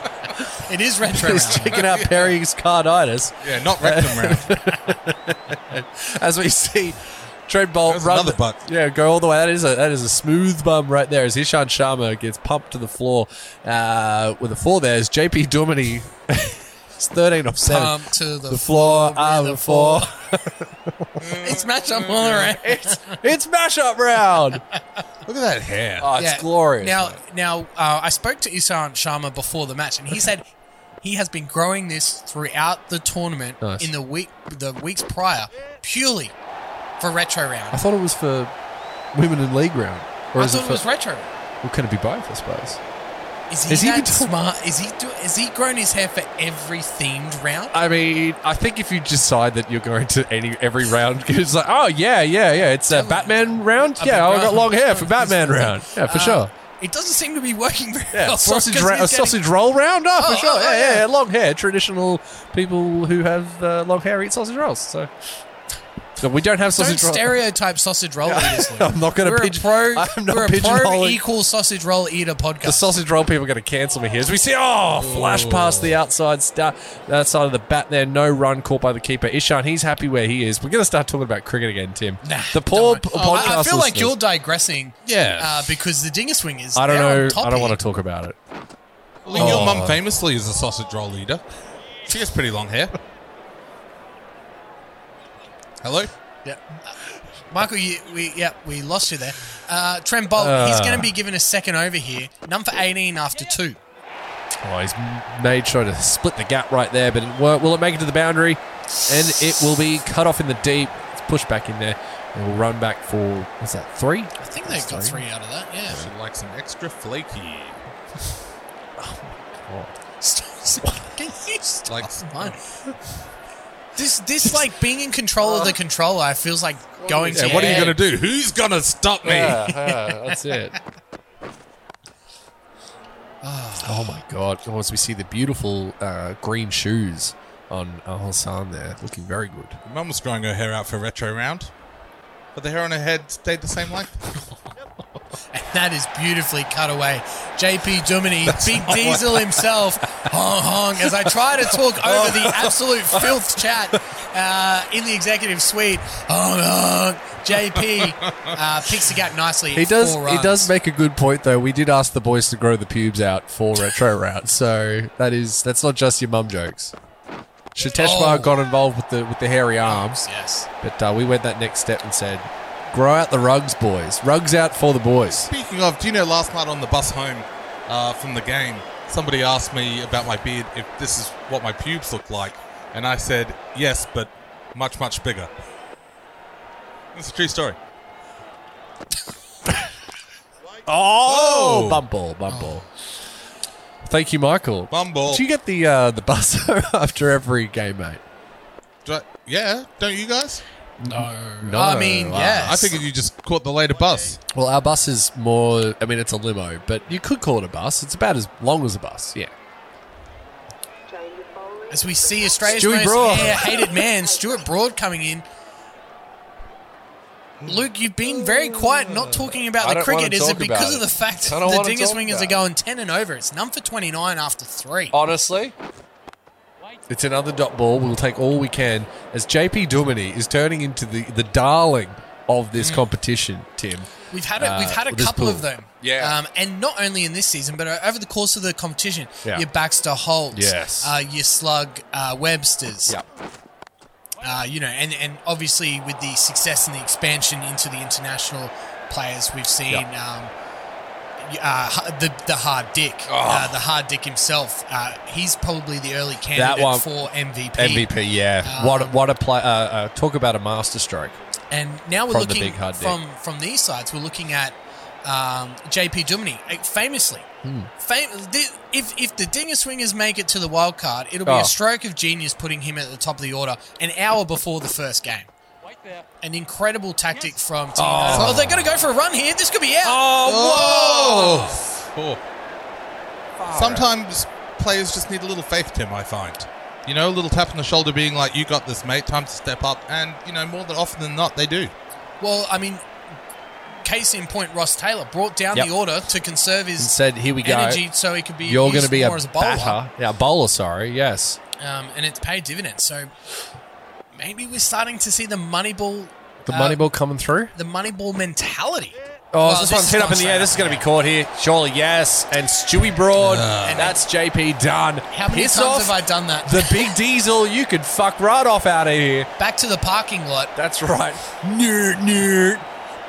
Speaker 1: It is retro.
Speaker 5: He's
Speaker 1: round.
Speaker 5: checking out Perry's carditis.
Speaker 6: Yeah, not rectum round.
Speaker 5: As we see Trent Bolt
Speaker 6: That's
Speaker 5: run
Speaker 6: another
Speaker 5: the-
Speaker 6: butt.
Speaker 5: Yeah, go all the way. That is a that is a smooth bum right there. As Ishan Sharma gets pumped to the floor uh, with a four. There is JP Duminy. it's thirteen off seven.
Speaker 1: Um, to the,
Speaker 5: the floor,
Speaker 1: floor,
Speaker 5: I'm
Speaker 1: with
Speaker 5: the
Speaker 1: a
Speaker 5: four.
Speaker 1: It's matchup all around.
Speaker 5: it's it's mashup round.
Speaker 6: Look at that hair.
Speaker 5: Oh, it's
Speaker 1: Yeah.
Speaker 5: glorious.
Speaker 1: Now, now uh, I spoke to Isan Sharma before the match, and he said he has been growing this throughout the tournament
Speaker 5: Nice.
Speaker 1: in the week, the weeks prior, purely for retro
Speaker 5: I
Speaker 1: round.
Speaker 5: thought it was for women in league round, or
Speaker 1: I
Speaker 5: is
Speaker 1: thought it
Speaker 5: for?
Speaker 1: was retro.
Speaker 5: well, can it be both? I suppose.
Speaker 1: Is he
Speaker 5: Has he
Speaker 1: that
Speaker 5: been doing-
Speaker 1: smart? Is he do, is he grown his hair for every themed round?
Speaker 5: I mean, I think if you decide that you're going to any every round, it's like, oh yeah, yeah, yeah, it's a Batman round.
Speaker 1: I've
Speaker 5: Yeah,
Speaker 1: been
Speaker 5: I got
Speaker 1: growing-
Speaker 5: long hair for Batman
Speaker 1: Uh,
Speaker 5: round. Yeah, for sure.
Speaker 1: It doesn't seem to be working very
Speaker 5: Yeah,
Speaker 1: well.
Speaker 5: sausage,
Speaker 1: 'cause
Speaker 5: ra-
Speaker 1: he's
Speaker 5: uh,
Speaker 1: getting-
Speaker 5: sausage roll round. Oh,
Speaker 1: Oh,
Speaker 5: for sure.
Speaker 1: oh, oh,
Speaker 5: yeah, yeah,
Speaker 1: yeah.
Speaker 5: yeah, long hair. Traditional people who have uh, long hair eat sausage rolls. So. So we don't have
Speaker 1: Don't
Speaker 5: sausage rolls.
Speaker 1: stereotype sausage roll eaters. Luke.
Speaker 5: I'm not gonna
Speaker 1: We're
Speaker 5: pigeon-
Speaker 1: a pro.
Speaker 5: I'm not
Speaker 1: we're a pro
Speaker 5: pigeonholing-
Speaker 1: equal sausage roll eater
Speaker 5: the
Speaker 1: podcast.
Speaker 5: sausage roll people are going to cancel me here. As we see, oh, flash past the outside star, outside of the bat there. No run caught by the keeper. Ishan, he's happy where he is. We're going to start talking about cricket again, Tim.
Speaker 1: Nah,
Speaker 5: the poor
Speaker 1: don't
Speaker 5: p-
Speaker 1: worry. Oh,
Speaker 5: podcast.
Speaker 1: I, I feel like
Speaker 5: listeners.
Speaker 1: you're digressing.
Speaker 6: Yeah.
Speaker 1: Uh, because the dinger swing is.
Speaker 5: I don't know. I don't want
Speaker 1: to.
Speaker 5: to talk about it.
Speaker 6: Well, Your
Speaker 5: Oh.
Speaker 6: mum famously is a sausage roll leader. She has pretty long hair. Hello?
Speaker 1: Yeah. Michael, you, we yeah we lost you there. Uh, Trent Bolt, he's going to be given a second over here. None for 18 after two.
Speaker 5: Oh, he's m- made sure to split the gap right there, but it won't. Will it make it to the boundary? And it will be cut off in the deep. It's pushed back in there. And we'll run back for what's that? Three?
Speaker 1: I think they've got three out of that.
Speaker 6: She
Speaker 1: Yeah.
Speaker 6: likes an extra flaky.
Speaker 1: Stop- stop- Can you stop?
Speaker 6: Like,
Speaker 1: Mine. This this like being in control of the controller feels like going.
Speaker 5: Yeah,
Speaker 1: to
Speaker 6: what are you
Speaker 1: hell.
Speaker 6: going to do? Who's going to stop me?
Speaker 5: Yeah, yeah, Ah, that's it. Oh my god! Oh, as we see the beautiful uh, green shoes on Al Hassan there, looking very good.
Speaker 6: Mum was growing her hair out for retro round, but the hair on her head stayed the same length.
Speaker 1: And that is beautifully cut away. JP Duminy, Big Diesel himself, hong hong, as I try to talk
Speaker 5: Oh.
Speaker 1: over the absolute filth chat uh, in the executive suite. Hong hong. JP uh, picks the gap nicely.
Speaker 5: He does.
Speaker 1: Four
Speaker 5: He
Speaker 1: runs.
Speaker 5: does make a good point though. We did ask the boys to grow the pubes out for retro route, so that is that's not just your mum jokes. Shateshwar
Speaker 1: Oh.
Speaker 5: got involved with the with the hairy arms,
Speaker 1: Yes.
Speaker 5: but uh, we went that next step and said, "Grow out the rugs, boys. Rugs out for the boys."
Speaker 6: Speaking of, do you know last night on the bus home uh, from the game, somebody asked me about my beard if this is what my pubes look like, and I said yes, but much much bigger. It's a true story.
Speaker 5: Oh,
Speaker 6: Oh.
Speaker 5: Bumble, Bumble. Oh. Thank you, Michael.
Speaker 6: Bumble.
Speaker 5: Do you get the uh, the bus after every game, mate?
Speaker 6: Do I- yeah, don't you guys?
Speaker 1: No.
Speaker 5: No.
Speaker 1: I mean,
Speaker 5: Wow.
Speaker 1: yes.
Speaker 6: I figured you just caught the later bus.
Speaker 5: Well, our bus is more. I mean, it's a limo, but you could call it a bus. It's about as long as a bus. Yeah.
Speaker 1: As we see Australia's
Speaker 5: Stewie
Speaker 1: most
Speaker 5: Broad.
Speaker 1: hair hated man, Stuart Broad, coming in. Luke, you've been very quiet, not talking about
Speaker 5: I
Speaker 1: the
Speaker 5: don't
Speaker 1: cricket.
Speaker 5: wanna
Speaker 1: Is it
Speaker 5: talk about
Speaker 1: because of
Speaker 5: it.
Speaker 1: the fact
Speaker 5: I
Speaker 1: that
Speaker 5: don't
Speaker 1: the
Speaker 5: wanna
Speaker 1: Dinger
Speaker 5: talk
Speaker 1: swingers
Speaker 5: about
Speaker 1: are
Speaker 5: it. Oh.
Speaker 1: going 10 and over? It's none for 29 after three.
Speaker 5: Honestly, it's another dot ball. We'll take all we can as JP Duminy is turning into the the darling of this competition. Tim.
Speaker 1: We've had a,
Speaker 5: Uh,
Speaker 1: we've had a
Speaker 5: well, this
Speaker 1: couple
Speaker 5: pool.
Speaker 1: of them,
Speaker 5: Yeah.
Speaker 1: Um, and not only in this season, but uh, over the course of the competition.
Speaker 5: Yeah.
Speaker 1: Your Baxter Holtz,
Speaker 5: Yes.
Speaker 1: uh, your Slug uh, Websters, uh, you know, and and obviously with the success and the expansion into the international players, we've seen um, y- uh, h- the the hard dick, uh, the hard dick himself. Uh, he's probably the early candidate
Speaker 5: one-
Speaker 1: for MVP.
Speaker 5: MVP. Yeah. what a, what a play. Uh, uh, talk about a masterstroke.
Speaker 1: And now we're
Speaker 5: From the
Speaker 1: looking
Speaker 5: big hard dick.
Speaker 1: from from these sides. We're looking at um, JP Duminy, eh, famously.
Speaker 5: Hmm.
Speaker 1: Fam- thi- if if the Dinger Swingers make it to the wild card, it'll be
Speaker 5: Oh.
Speaker 1: a stroke of genius putting him at the top of the order an hour before the first game. An incredible tactic from Team. Oh, they're going to go for a run here. This could be out.
Speaker 6: Oh! Sometimes players just need a little faith, Tim, I find. You know, a little tap on the shoulder being like, you got this, mate, time to step up. And, you know, more than often than not, they do.
Speaker 1: Well, I mean, case in point, Ross Taylor brought down
Speaker 5: Yep.
Speaker 1: the order to conserve his
Speaker 5: Said, "Here we go.
Speaker 1: energy so he could be
Speaker 5: You're going to be a,
Speaker 1: more as a bowler.
Speaker 5: batter. Yeah, bowler, sorry. Yes.
Speaker 1: Um, and it's paid dividends. So maybe we're starting to see the Moneyball,
Speaker 5: The
Speaker 1: Uh,
Speaker 5: money ball coming through.
Speaker 1: the Moneyball mentality.
Speaker 5: Oh,
Speaker 1: Well,
Speaker 5: this one's hit up in the air. This is going to be caught here. Surely, yes. And Stewie Broad. and that's JP done.
Speaker 1: How many
Speaker 5: Piss
Speaker 1: times
Speaker 5: off
Speaker 1: have I done that?
Speaker 5: the big diesel? You could fuck right off out of here.
Speaker 1: Back to the parking lot.
Speaker 5: That's right. Nerd, nerd.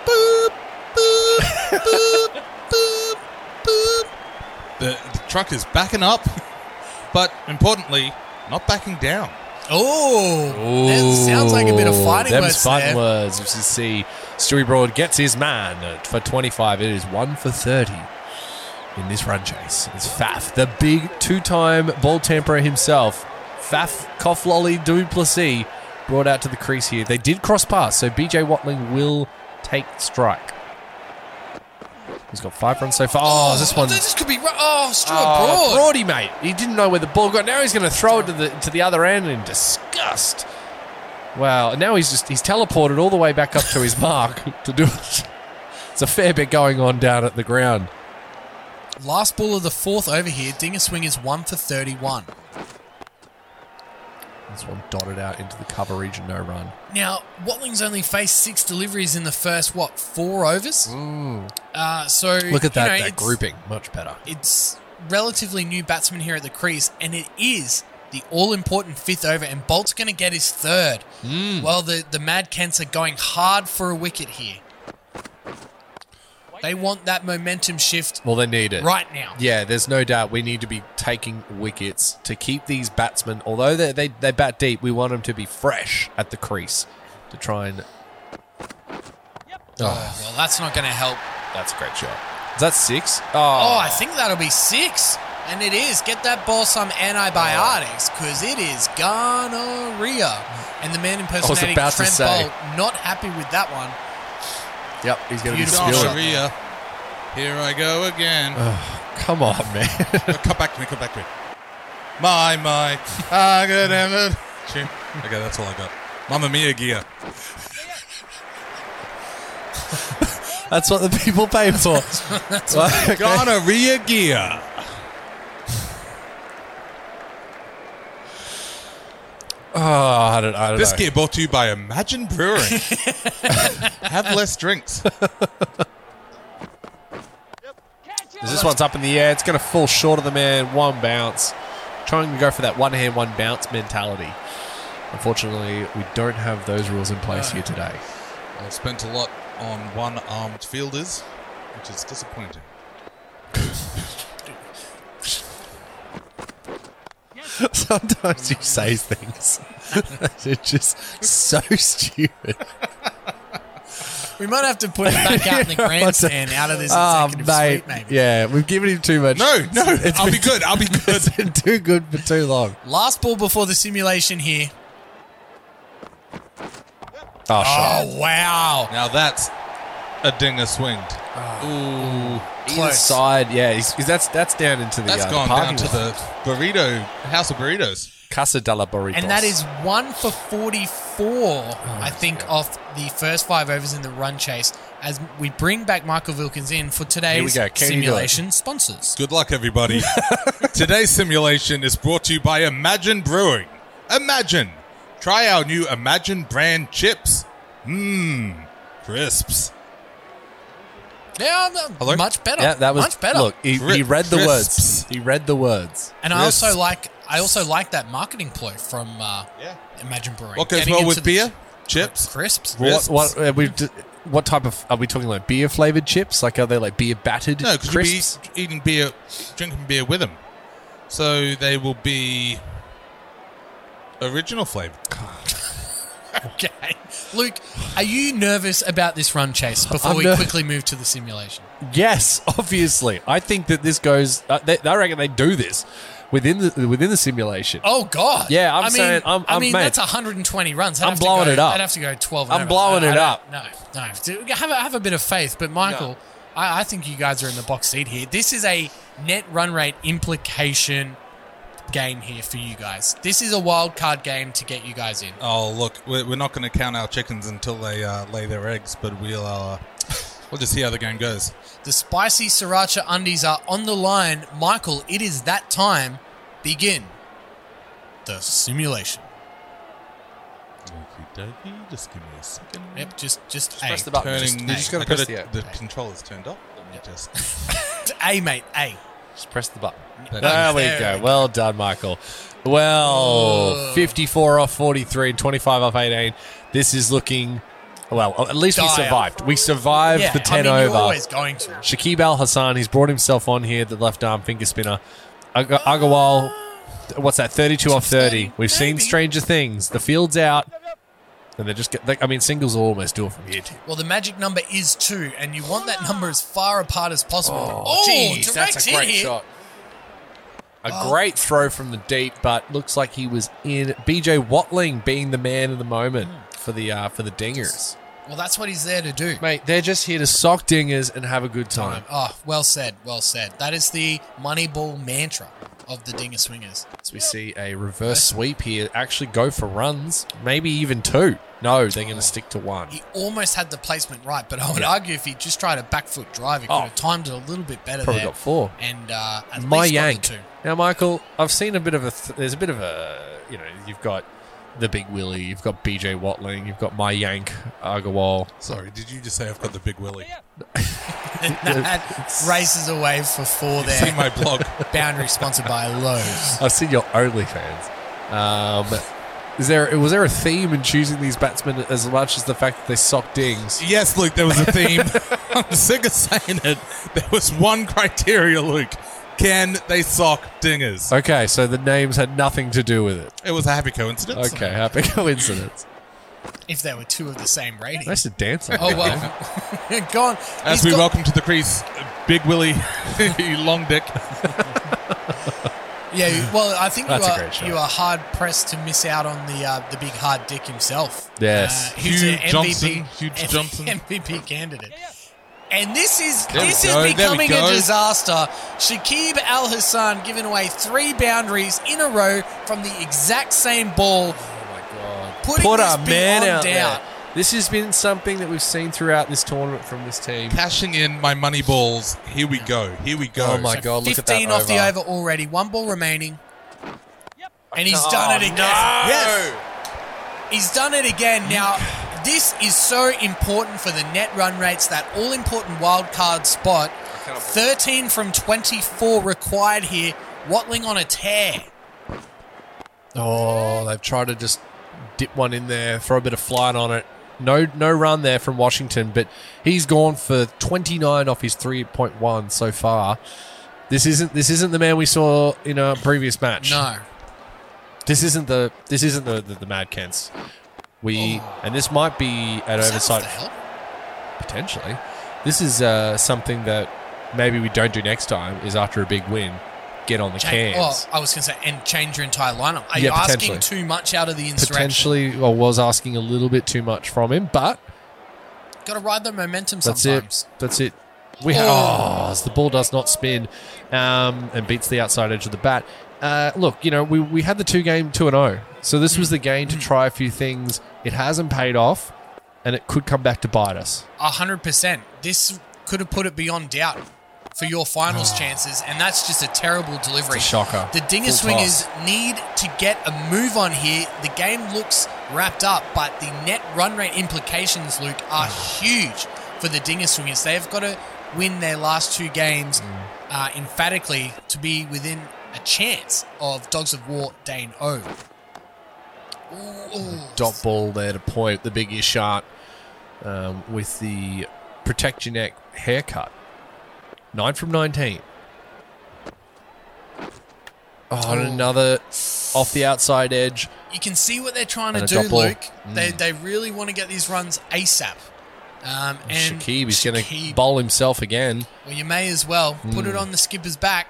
Speaker 5: Boop, boop, boop, boop, boop.
Speaker 6: The, the truck is backing up, but importantly, not backing down.
Speaker 1: Oh, that sounds like a bit of fighting
Speaker 5: Them's
Speaker 1: words
Speaker 5: fighting
Speaker 1: there.
Speaker 5: words. As you see, Stewie Broad gets his man for 25. It is one for 30 in this run chase. It's Faf, the big two-time ball tamperer himself. Faf Coughlolly Duplessis brought out to the crease here. They did cross pass, so BJ Watling will take strike. He's got five runs so far. Oh, this one.
Speaker 1: This could be. ru- Oh, straw
Speaker 5: Oh,
Speaker 1: broad.
Speaker 5: Brody, mate. He didn't know where the ball got. Now he's going to throw it to the to the other end in disgust. Wow. And now he's just he's teleported all the way back up to his mark to do it. It's a fair bit going on down at the ground.
Speaker 1: Last ball of the fourth over here. Dinger swing is one for 31.
Speaker 5: This one dotted out into the cover region, no run.
Speaker 1: Now, Watling's only faced six deliveries in the first, what, four overs? Uh, so
Speaker 5: Look at that,
Speaker 1: you know,
Speaker 5: that
Speaker 1: it's-
Speaker 5: grouping, much better.
Speaker 1: It's relatively new batsman here at the crease, and it is the all important fifth over, and Bolt's going to get his third.
Speaker 5: Hmm.
Speaker 1: Well, the, the Mad Kents are going hard for a wicket here. They want that momentum shift
Speaker 5: Well, they need it
Speaker 1: right now.
Speaker 5: Yeah, there's no doubt we need to be taking wickets to keep these batsmen. Although they they, they bat deep, we want them to be fresh at the crease to try and. Oh,
Speaker 1: Well, that's not going to help.
Speaker 5: That's a great shot. Is that six? Oh,
Speaker 1: Oh, I think that'll be six. And it is. Get that ball some antibiotics because it is gonorrhea. And the man impersonating
Speaker 5: about to
Speaker 1: Trent
Speaker 5: say.
Speaker 1: Bolt not happy with that one.
Speaker 5: yep. He's going to be
Speaker 1: Beautiful
Speaker 5: spewing.
Speaker 1: shot.
Speaker 6: Gonorrhea. Here I go again. Oh,
Speaker 5: Come on, man.
Speaker 6: No, come back to me. Come back to me. My my. I got hammered. Shit. Okay, that's all I got. Mamma mia gear.
Speaker 5: That's what the people pay for. Like,
Speaker 6: Gonorrhea gear.
Speaker 5: oh, I don't, I don't
Speaker 6: This
Speaker 5: know.
Speaker 6: gear brought to you by Imagine Brewing. Have less drinks.
Speaker 5: This one's up in the air. It's going to fall short of the man. One bounce. Trying to go for that one hand, one bounce mentality. Unfortunately, we don't have those rules in place here today.
Speaker 6: I've spent a lot on one-armed fielders, which is disappointing.
Speaker 5: Sometimes you say things that are just so stupid.
Speaker 1: We might have to put it back out in the grandstand out of this executive suite, maybe.
Speaker 5: oh, Ah, Yeah, we've given him too much.
Speaker 6: No, no. I'll be good. I'll be good.
Speaker 5: It's been too good for too long.
Speaker 1: Last ball before the simulation here.
Speaker 5: Oh, shot.
Speaker 1: Oh, wow.
Speaker 6: Now that's a dinger swinged.
Speaker 1: Close.
Speaker 5: Side, yeah, he's, he's- that's that's down into the
Speaker 6: That's
Speaker 5: uh,
Speaker 6: gone down
Speaker 5: parking
Speaker 6: to
Speaker 5: lot.
Speaker 6: the burrito house of burritos.
Speaker 5: Casa de la Burritos.
Speaker 1: And that is one for 44,
Speaker 5: Oh,
Speaker 1: I think, off the first five overs in the run chase as we bring back Michael Wilkins in for today's
Speaker 5: go. Can you do it?
Speaker 1: simulation sponsors.
Speaker 6: Good luck, everybody. Today's simulation is brought to you by Imagine Brewing. Imagine, try our new Imagine brand chips. Mmm, crisps.
Speaker 1: Yeah, no,
Speaker 6: Hello?
Speaker 1: much better.
Speaker 5: yeah, that was
Speaker 1: much better.
Speaker 5: Look, he, he
Speaker 6: Cri-
Speaker 5: read the
Speaker 6: crisps.
Speaker 5: words. He read the words.
Speaker 1: and I also
Speaker 6: crisps.
Speaker 1: like I also like that marketing ploy from uh, Imagine Brewing.
Speaker 6: What goes
Speaker 1: Getting
Speaker 6: well
Speaker 1: into
Speaker 6: with
Speaker 1: the-
Speaker 6: beer? Chips.
Speaker 1: Crisps.
Speaker 5: What
Speaker 6: Crisps.
Speaker 5: what uh, we d- what type of are we talking like beer flavored chips? Like are they like beer battered?
Speaker 6: No, because
Speaker 5: crisps?
Speaker 6: you'll be eating beer, drinking beer with them, so they will be original flavored.
Speaker 1: Okay. Luke, are you nervous about this run chase before
Speaker 5: I'm
Speaker 1: we
Speaker 5: ner-
Speaker 1: quickly move to the simulation?
Speaker 5: Yes, obviously. I think that this goes. Uh, they, I reckon they do this within the within the simulation.
Speaker 1: Oh God!
Speaker 5: Yeah, I'm
Speaker 1: I mean,
Speaker 5: saying- I'm-
Speaker 1: I
Speaker 5: I'm
Speaker 1: mean,
Speaker 5: mad.
Speaker 1: that's 120 runs. I'd
Speaker 5: I'm
Speaker 1: have to
Speaker 5: blowing
Speaker 1: go-
Speaker 5: it up.
Speaker 1: I'd have to go 12.
Speaker 5: I'm
Speaker 1: overs.
Speaker 5: blowing
Speaker 1: I
Speaker 5: it
Speaker 1: don't-
Speaker 5: up.
Speaker 1: No, no. Do- Have a, have a bit of faith, but Michael, I, I think you guys are in the box seat here. This is a net run rate implication game here for you guys. This is a wild card game to get you guys in.
Speaker 6: Oh, look, we're, we're not going to count our chickens until they uh, lay their eggs, but we'll uh, we'll just see how the game goes.
Speaker 1: The spicy sriracha undies are on the line. Michael, it is that time. Begin the simulation.
Speaker 6: Just give me a second.
Speaker 1: Yep, just just, A.
Speaker 7: press the button.
Speaker 6: Turning,
Speaker 7: Just,
Speaker 6: you
Speaker 1: A.
Speaker 6: just
Speaker 7: I
Speaker 6: got to put
Speaker 7: press
Speaker 6: it.
Speaker 7: the A.
Speaker 6: The controller's turned up. Let me just-
Speaker 1: A, mate. A.
Speaker 7: just press the button.
Speaker 5: There we
Speaker 1: There we Oh.
Speaker 5: go. Well done, Michael. Well, 54 off 43 and 25 off 18. This is looking, well, at least we
Speaker 1: Dire.
Speaker 5: survived. We survived
Speaker 1: Yeah,
Speaker 5: the 10
Speaker 1: I mean,
Speaker 5: over.
Speaker 1: You're always going to.
Speaker 5: Shakib Al Hassan, he's brought himself on here, the left arm finger spinner. Ag- Agarwal, what's that? 32 off 30. We've seen
Speaker 1: Maybe.
Speaker 5: Stranger Things. The field's out. And they're just, get- they, I mean, singles will almost do it from here, too.
Speaker 1: Well, the magic number is two, and you want that number as far apart as possible. Oh,
Speaker 5: Jeez,
Speaker 1: direct
Speaker 5: that's a
Speaker 1: hit Oh.
Speaker 5: great
Speaker 1: here.
Speaker 5: shot. A great throw from the deep, but looks like he was in. BJ Watling being the man of the moment for the uh, for the dingers.
Speaker 1: Well, that's what he's there to do.
Speaker 5: Mate, they're just here to sock dingers and have a good time.
Speaker 1: Oh, well said, well said. That is the Moneyball mantra of the Dinger Swingers.
Speaker 5: So we see a reverse sweep here. Actually, go for runs, maybe even two. No, they're going to stick to one.
Speaker 1: He almost had the placement right, but I would argue if he just tried a back foot drive, he could
Speaker 5: Oh.
Speaker 1: have timed it a little bit better
Speaker 5: Probably
Speaker 1: there.
Speaker 5: got four.
Speaker 1: And uh, at
Speaker 5: my
Speaker 1: least got the
Speaker 5: yank.
Speaker 1: two.
Speaker 5: Now, Michael, I've seen a bit of a. Th- there's a bit of a. You know, you've got the Big Willie, you've got BJ Watling, you've got my yank Agarwal.
Speaker 6: Sorry, did you just say I've got the big willy?
Speaker 1: That races away for four
Speaker 6: See
Speaker 1: there.
Speaker 6: my blog.
Speaker 1: Boundary sponsored by Lowe's.
Speaker 5: I've seen your OnlyFans. Um, is there was there a theme in choosing these batsmen as much as the fact that they sock dings?
Speaker 6: Yes, Luke, there was a theme. I'm sick of saying it. There was one criteria, Luke. Can they sock dingers?
Speaker 5: Okay, so the names had nothing to do with it.
Speaker 6: It was a happy coincidence.
Speaker 5: Okay, happy coincidence.
Speaker 1: If there were two of the same rating.
Speaker 5: Nice to dance. on
Speaker 1: Oh,
Speaker 5: that,
Speaker 1: well.
Speaker 5: man.
Speaker 1: Gone.
Speaker 6: As
Speaker 1: He's
Speaker 6: we
Speaker 1: got-
Speaker 6: welcome to the crease, Big Willie, long dick.
Speaker 1: Yeah, you- well, I think you
Speaker 5: That's a
Speaker 1: are,
Speaker 5: great shot.
Speaker 1: you are hard pressed to miss out on the uh, the big hard dick himself.
Speaker 5: Yes.
Speaker 1: uh, he's
Speaker 6: Hugh
Speaker 1: an MVP,
Speaker 6: Johnson, Hugh Johnson.
Speaker 1: MVP candidate. And this is
Speaker 6: There we
Speaker 1: this
Speaker 6: go,
Speaker 1: is
Speaker 6: there we
Speaker 1: becoming a
Speaker 6: go.
Speaker 1: disaster. Shakib Al Hassan giving away three boundaries in a row from the exact same ball. Putting
Speaker 5: Oh, Put
Speaker 1: this
Speaker 5: a
Speaker 1: big
Speaker 5: man
Speaker 1: on
Speaker 5: out
Speaker 1: down.
Speaker 5: there. This has been something that we've seen throughout this tournament from this team.
Speaker 6: Cashing in my money balls. Here we go. Here we go.
Speaker 5: Oh my god! Look at that
Speaker 1: 15 off the over already. One ball remaining. And
Speaker 5: Oh,
Speaker 1: he's done it again. Yes. He's done it again. Now, this is so important for the net run rates, that all important wild card spot. 13 from 24 required here. Watling on a tear.
Speaker 5: Oh, they've tried to just dip one in there, throw a bit of flight on it. No, no run there from Washington, but he's gone for 29 off his 3.1 so far. This isn't this isn't the man we saw in a previous match.
Speaker 1: No.
Speaker 5: this isn't the this isn't the the, the Mad Kents. We and this might be an
Speaker 1: Oh. Is that off
Speaker 5: oversight
Speaker 1: the help?
Speaker 5: potentially. This is uh, something that maybe we don't do next time. Is after a big win, get on the
Speaker 1: Change,
Speaker 5: cans.
Speaker 1: well, I was going to say, and change your entire lineup. Are
Speaker 5: Yeah,
Speaker 1: you asking
Speaker 5: potentially.
Speaker 1: too much out of the insurrection?
Speaker 5: potentially, I was asking a little bit too much from him, but
Speaker 1: Got to ride the momentum
Speaker 5: That's
Speaker 1: sometimes.
Speaker 5: it. That's it. We have, oh, as the ball does not spin um, and beats the outside edge of the bat. Uh, look, you know, we, we had the two game 2 and 0. So this was the game to try a few things. It hasn't paid off and it could come back to bite us.
Speaker 1: A hundred percent. This could have put it beyond doubt for your finals chances, and that's just a terrible delivery.
Speaker 5: Ah. It's a shocker.
Speaker 1: The Dinger
Speaker 5: Full
Speaker 1: Swingers need to get a move on here. The game looks wrapped up, but the net run rate implications, Luke, are
Speaker 5: Ah.
Speaker 1: huge for the Dinger Swingers. They've got to win their last two games
Speaker 5: Mm.
Speaker 1: uh, emphatically to be within a chance of Dogs of War Dane O. Ooh, ooh.
Speaker 5: Dot ball there to point the big Ishart um, with the protect your neck haircut. 9 from 19. Oh, and
Speaker 1: Ooh.
Speaker 5: another off the outside edge.
Speaker 1: you can see what they're trying
Speaker 5: And
Speaker 1: to
Speaker 5: a
Speaker 1: do,
Speaker 5: drop Mm. ball.
Speaker 1: Luke. They, they really want to get these runs ASAP. Um,
Speaker 5: Oh,
Speaker 1: and
Speaker 5: Shakib is going to
Speaker 1: Shakib-
Speaker 5: bowl himself again.
Speaker 1: Well, you may as well put
Speaker 5: Mm.
Speaker 1: it on the skipper's back.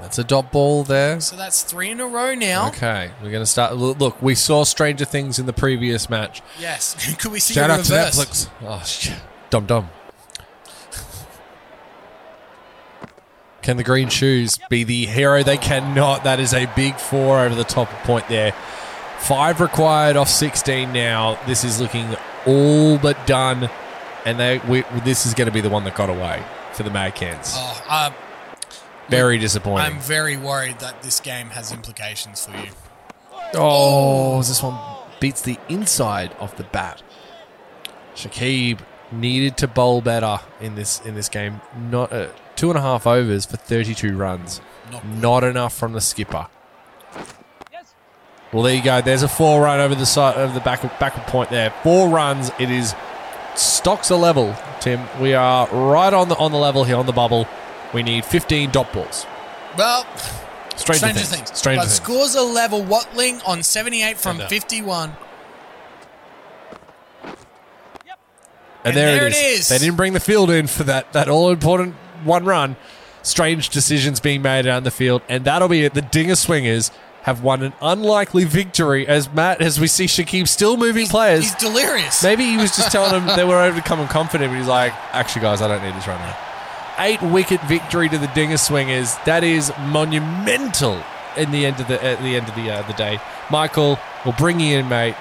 Speaker 5: That's a dot ball there.
Speaker 1: So that's three in a row now.
Speaker 5: Okay, we're going to start. lo- Look, we saw Stranger Things in the previous match.
Speaker 1: Yes. Could we see
Speaker 6: Shout
Speaker 1: a
Speaker 6: out to
Speaker 1: reverse?
Speaker 6: Netflix.
Speaker 5: Oh, sh- dum dum. Can the green shoes be the hero? They cannot. That is a big four over the top point there. Five required off 16 now. This is looking all but done. And they, we, this is going to be the one that got away for the Mad Cans.
Speaker 1: Oh, uh,
Speaker 5: Very disappointing.
Speaker 1: I'm very worried that this game has implications for you.
Speaker 5: Oh, this one beats the inside of the bat. Shakib needed to bowl better in this in this game. Not uh, two and a half overs for 32 runs.
Speaker 1: Not-
Speaker 5: Not enough from the skipper. Well, there you go. There's a four run over the side over the back backward point there. Four runs. It is stocks a level. Tim, we are right on the on the level here on the bubble. We need 15 dot balls.
Speaker 1: Well,
Speaker 5: Stranger,
Speaker 1: Stranger,
Speaker 5: things.
Speaker 1: Things.
Speaker 5: Stranger
Speaker 1: but
Speaker 5: things.
Speaker 1: scores a level Watling on 78 from
Speaker 5: And, uh,
Speaker 1: 51.
Speaker 5: And,
Speaker 1: And
Speaker 5: there,
Speaker 1: there
Speaker 5: it
Speaker 1: it
Speaker 5: is.
Speaker 1: is.
Speaker 5: They didn't bring the field in for that that all important one run. Strange decisions being made down the field, and that'll be it. The Dinger Swingers have won an unlikely victory as Matt, as we see Shakib still moving players.
Speaker 1: He's delirious.
Speaker 5: Maybe he was just telling them they were overcome and confident, but he's like, actually, guys, I don't need this right now. Eight wicket victory to the Dinger Swingers. That is monumental in the end of the at the end of the uh, the day. Michael, we'll bring you in, mate.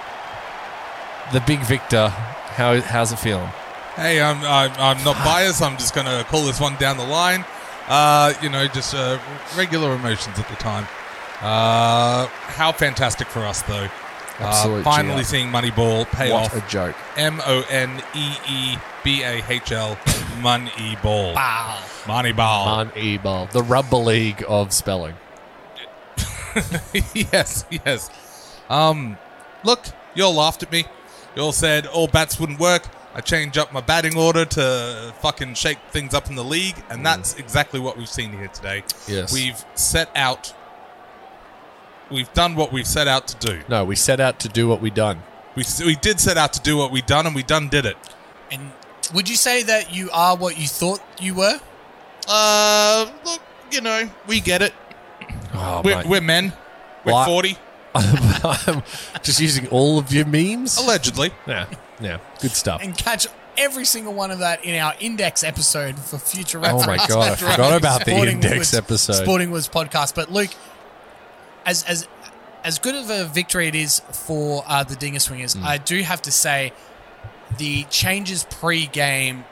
Speaker 5: The big victor. How, how's it feeling?
Speaker 6: Hey, I'm, I'm, I'm
Speaker 5: Ah.
Speaker 6: not biased. I'm just going to call this one down the line. Uh, you know, just uh, regular emotions at the time. Uh, how fantastic for us, though. Uh,
Speaker 5: Absolute
Speaker 6: finally
Speaker 5: GR.
Speaker 6: seeing Moneyball pay
Speaker 5: What
Speaker 6: off.
Speaker 5: a joke.
Speaker 6: M O N E E B A H L,
Speaker 1: Wow.
Speaker 6: Moneyball. Ah. Moneyball.
Speaker 5: On Ebal, the rubber league of spelling.
Speaker 6: yes, yes. Um, look, you all laughed at me. You all said all bats wouldn't work. I change up my batting order to fucking shake things up in the league, and that's exactly what we've seen here today.
Speaker 5: Yes.
Speaker 6: We've set out. We've done what we've set out to do.
Speaker 5: No, we set out to do what we done.
Speaker 6: We, s- we did set out to do what we done, and we done did it.
Speaker 1: And would you say that you are what you thought you were?
Speaker 6: Uh, look, you know, we get it.
Speaker 5: Oh,
Speaker 6: We're,
Speaker 5: mate.
Speaker 6: we're men. We're
Speaker 5: Like-
Speaker 6: 40,
Speaker 5: I'm just using all of your
Speaker 6: Oh.
Speaker 5: memes.
Speaker 6: allegedly.
Speaker 5: Yeah, yeah, good stuff.
Speaker 1: And catch every single one of that in our index episode for future
Speaker 5: Oh
Speaker 1: reference.
Speaker 5: my god, I
Speaker 6: That's right.
Speaker 5: forgot about the
Speaker 1: Sporting
Speaker 5: index
Speaker 1: Woods-
Speaker 5: episode.
Speaker 1: Sporting Woods podcast. But Luke, as as as good of a victory it is for uh, the Dinger Swingers,
Speaker 5: Hmm.
Speaker 1: I do have to say the changes pre-game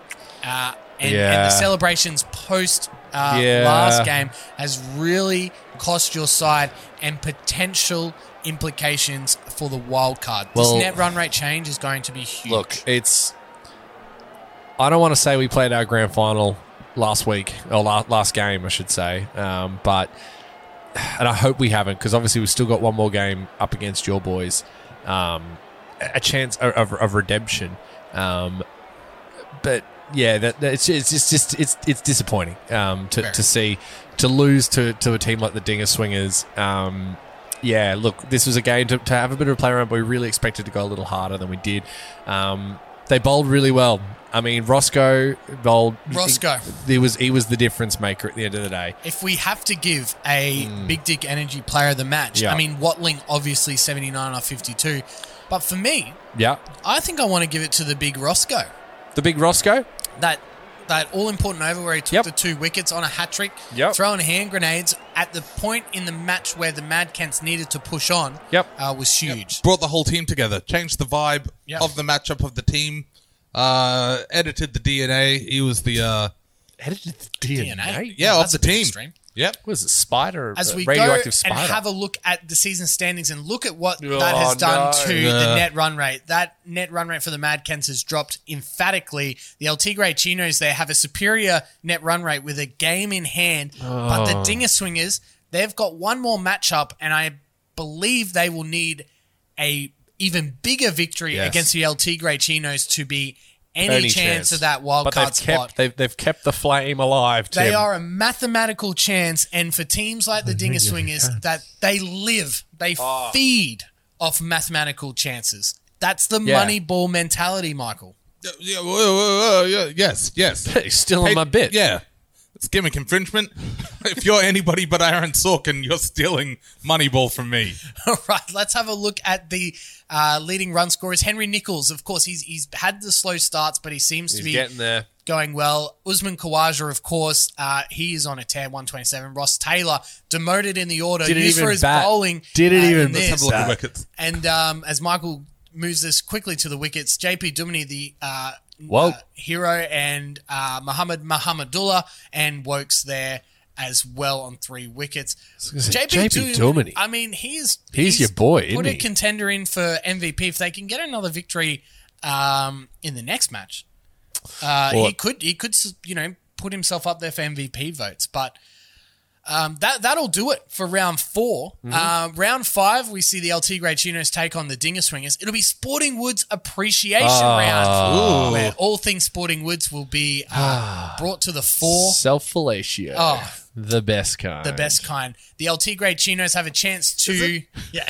Speaker 1: uh, and, and
Speaker 5: Yeah.
Speaker 1: the celebrations post uh,
Speaker 5: Yeah.
Speaker 1: last game has really cost your side and potential implications for the wild card.
Speaker 5: Well-
Speaker 1: this net run rate change is going to be huge.
Speaker 5: Look, it's. I don't want to say we played our grand final last week or la- last game, I should say, um, but and I hope we haven't because obviously we've still got one more game up against your boys, um, a a chance of, of, of redemption. Um, but yeah, that, that it's, it's just, just it's it's disappointing um, to,
Speaker 1: Fair.
Speaker 5: to see to lose to, to a team like the Dinger Swingers. Um, yeah, look, this was a game to, to have a bit of a play around, but we really expected to go a little harder than we did. Um, they bowled really well. I mean, Roscoe bowled.
Speaker 1: Roscoe.
Speaker 5: he was he was the difference maker at the end of the day.
Speaker 1: If we have to give a big dick energy player the match,
Speaker 5: Hmm. Yeah.
Speaker 1: I mean Watling obviously seventy nine off fifty two, but for me,
Speaker 5: Yeah,
Speaker 1: I think I want to give it to the big Roscoe.
Speaker 5: the big Roscoe.
Speaker 1: That that all important over where he took
Speaker 5: Yep.
Speaker 1: the two wickets on a hat trick,
Speaker 5: Yep.
Speaker 1: throwing hand grenades at the point in the match where the Mad Cats needed to push on,
Speaker 5: Yep.
Speaker 1: uh, was huge.
Speaker 6: brought the whole team together, changed the vibe
Speaker 1: Yeah.
Speaker 6: of the matchup of the team, uh, edited the DNA. He was the uh,
Speaker 5: Edited the DNA.
Speaker 1: DNA?
Speaker 6: yeah
Speaker 1: Oh,
Speaker 6: of
Speaker 1: that's
Speaker 6: the
Speaker 1: a bit
Speaker 6: team.
Speaker 1: extreme.
Speaker 6: Yep.
Speaker 5: Was it spider?
Speaker 1: As
Speaker 5: uh,
Speaker 1: we go
Speaker 5: radioactive spider.
Speaker 1: and have a look at the season standings and look at what
Speaker 5: Oh,
Speaker 1: that has done
Speaker 5: no.
Speaker 1: to
Speaker 6: Yeah.
Speaker 1: the net run rate, that net run rate for the Mad Kents has dropped emphatically. The El Tigre Chinos there have a superior net run rate with a game in hand, but the Dinger Swingers they've got one more matchup, and I believe they will need a even bigger victory
Speaker 5: Yes.
Speaker 1: against the El Tigre Chinos to be any,
Speaker 5: Any
Speaker 1: chance,
Speaker 5: chance.
Speaker 1: of that wild
Speaker 5: but
Speaker 1: card
Speaker 5: they've
Speaker 1: spot.
Speaker 5: kept they've, they've kept the flame alive. Tim.
Speaker 1: They are a mathematical chance, and for teams like the Dinger Swingers, that they live, they
Speaker 5: Ah.
Speaker 1: feed off mathematical chances. That's the
Speaker 5: Yeah.
Speaker 1: money ball mentality, Michael.
Speaker 6: Yeah, yeah, whoa, whoa, whoa, yeah, yes, yes.
Speaker 5: Hey, still on my bit.
Speaker 6: Yeah. Gimmick infringement. if you're anybody but Aaron Sorkin, you're stealing Moneyball from me.
Speaker 1: All right, let's have a look at the uh, leading run scorers. Henry Nichols, of course, he's he's had the slow starts, but he seems to
Speaker 5: He's
Speaker 1: be
Speaker 5: getting there.
Speaker 1: going well. Usman Khawaja, of course, uh, he is on a tear, 127. Ross Taylor, demoted in the order,
Speaker 5: Didn't
Speaker 1: used
Speaker 5: even
Speaker 1: for his
Speaker 5: bat.
Speaker 1: bowling.
Speaker 5: Didn't
Speaker 1: uh,
Speaker 5: even-
Speaker 1: in
Speaker 5: Let's have
Speaker 6: Have a
Speaker 1: this.
Speaker 6: look at wickets.
Speaker 1: And um, as Michael moves this quickly to the wickets, JP Duminy, the uh,
Speaker 5: Whoa.
Speaker 1: uh, hero, and uh, Muhammad Muhammadullah and Wokes there as well on three wickets.
Speaker 5: say,
Speaker 1: JP,
Speaker 5: JP
Speaker 1: Dum-
Speaker 5: Duminy.
Speaker 1: I mean, he's
Speaker 5: He's your boy, isn't
Speaker 1: Put a
Speaker 5: he?
Speaker 1: contender in for MVP if they can get another victory um, in the next match. Uh,
Speaker 5: Well-
Speaker 1: he could he could you know put himself up there for MVP votes, but um, that that'll do it for round 4 Uh, round five, we see the LT Grey Chinos take on the Dinger Swingers. It'll be Sporting Woods Appreciation Round, where all things Sporting Woods will be uh, brought to the fore.
Speaker 5: Self fellatio.
Speaker 1: Oh.
Speaker 5: The best kind.
Speaker 1: The best kind. The LT Grey Chinos have a chance to. Yeah.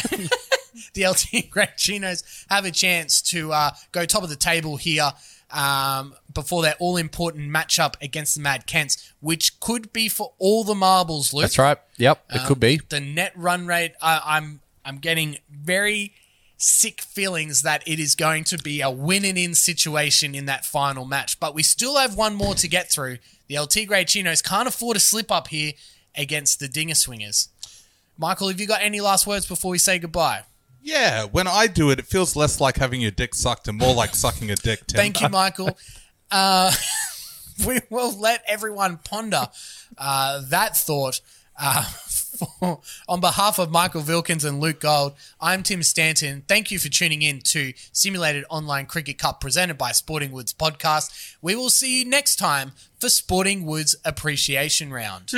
Speaker 1: the LT Grey Chinos have a chance to uh, go top of the table here um, before their all important matchup against the Mad Kents, which could be for all the marbles, Luke.
Speaker 5: That's right. Yep. It
Speaker 1: Uh,
Speaker 5: could be.
Speaker 1: The net run rate, I, I'm I'm getting very sick feelings that it is going to be a win and in situation in that final match. But we still have one more to get through. The LT Grey Chinos can't afford a slip up here against the Dinger Swingers. Michael, have you got any last words before we say goodbye?
Speaker 6: Yeah, when I do it, it feels less like having your dick sucked and more like sucking a dick. Tim.
Speaker 1: Thank you, Michael. Uh, we will let everyone ponder uh, that thought. Uh, for, on behalf of Michael Vilkins and Luke Gold, I'm Tim Stanton. Thank you for tuning in to Simulated Online Cricket Cup presented by Sporting Woods Podcast. We will see you next time for Sporting Woods Appreciation Round.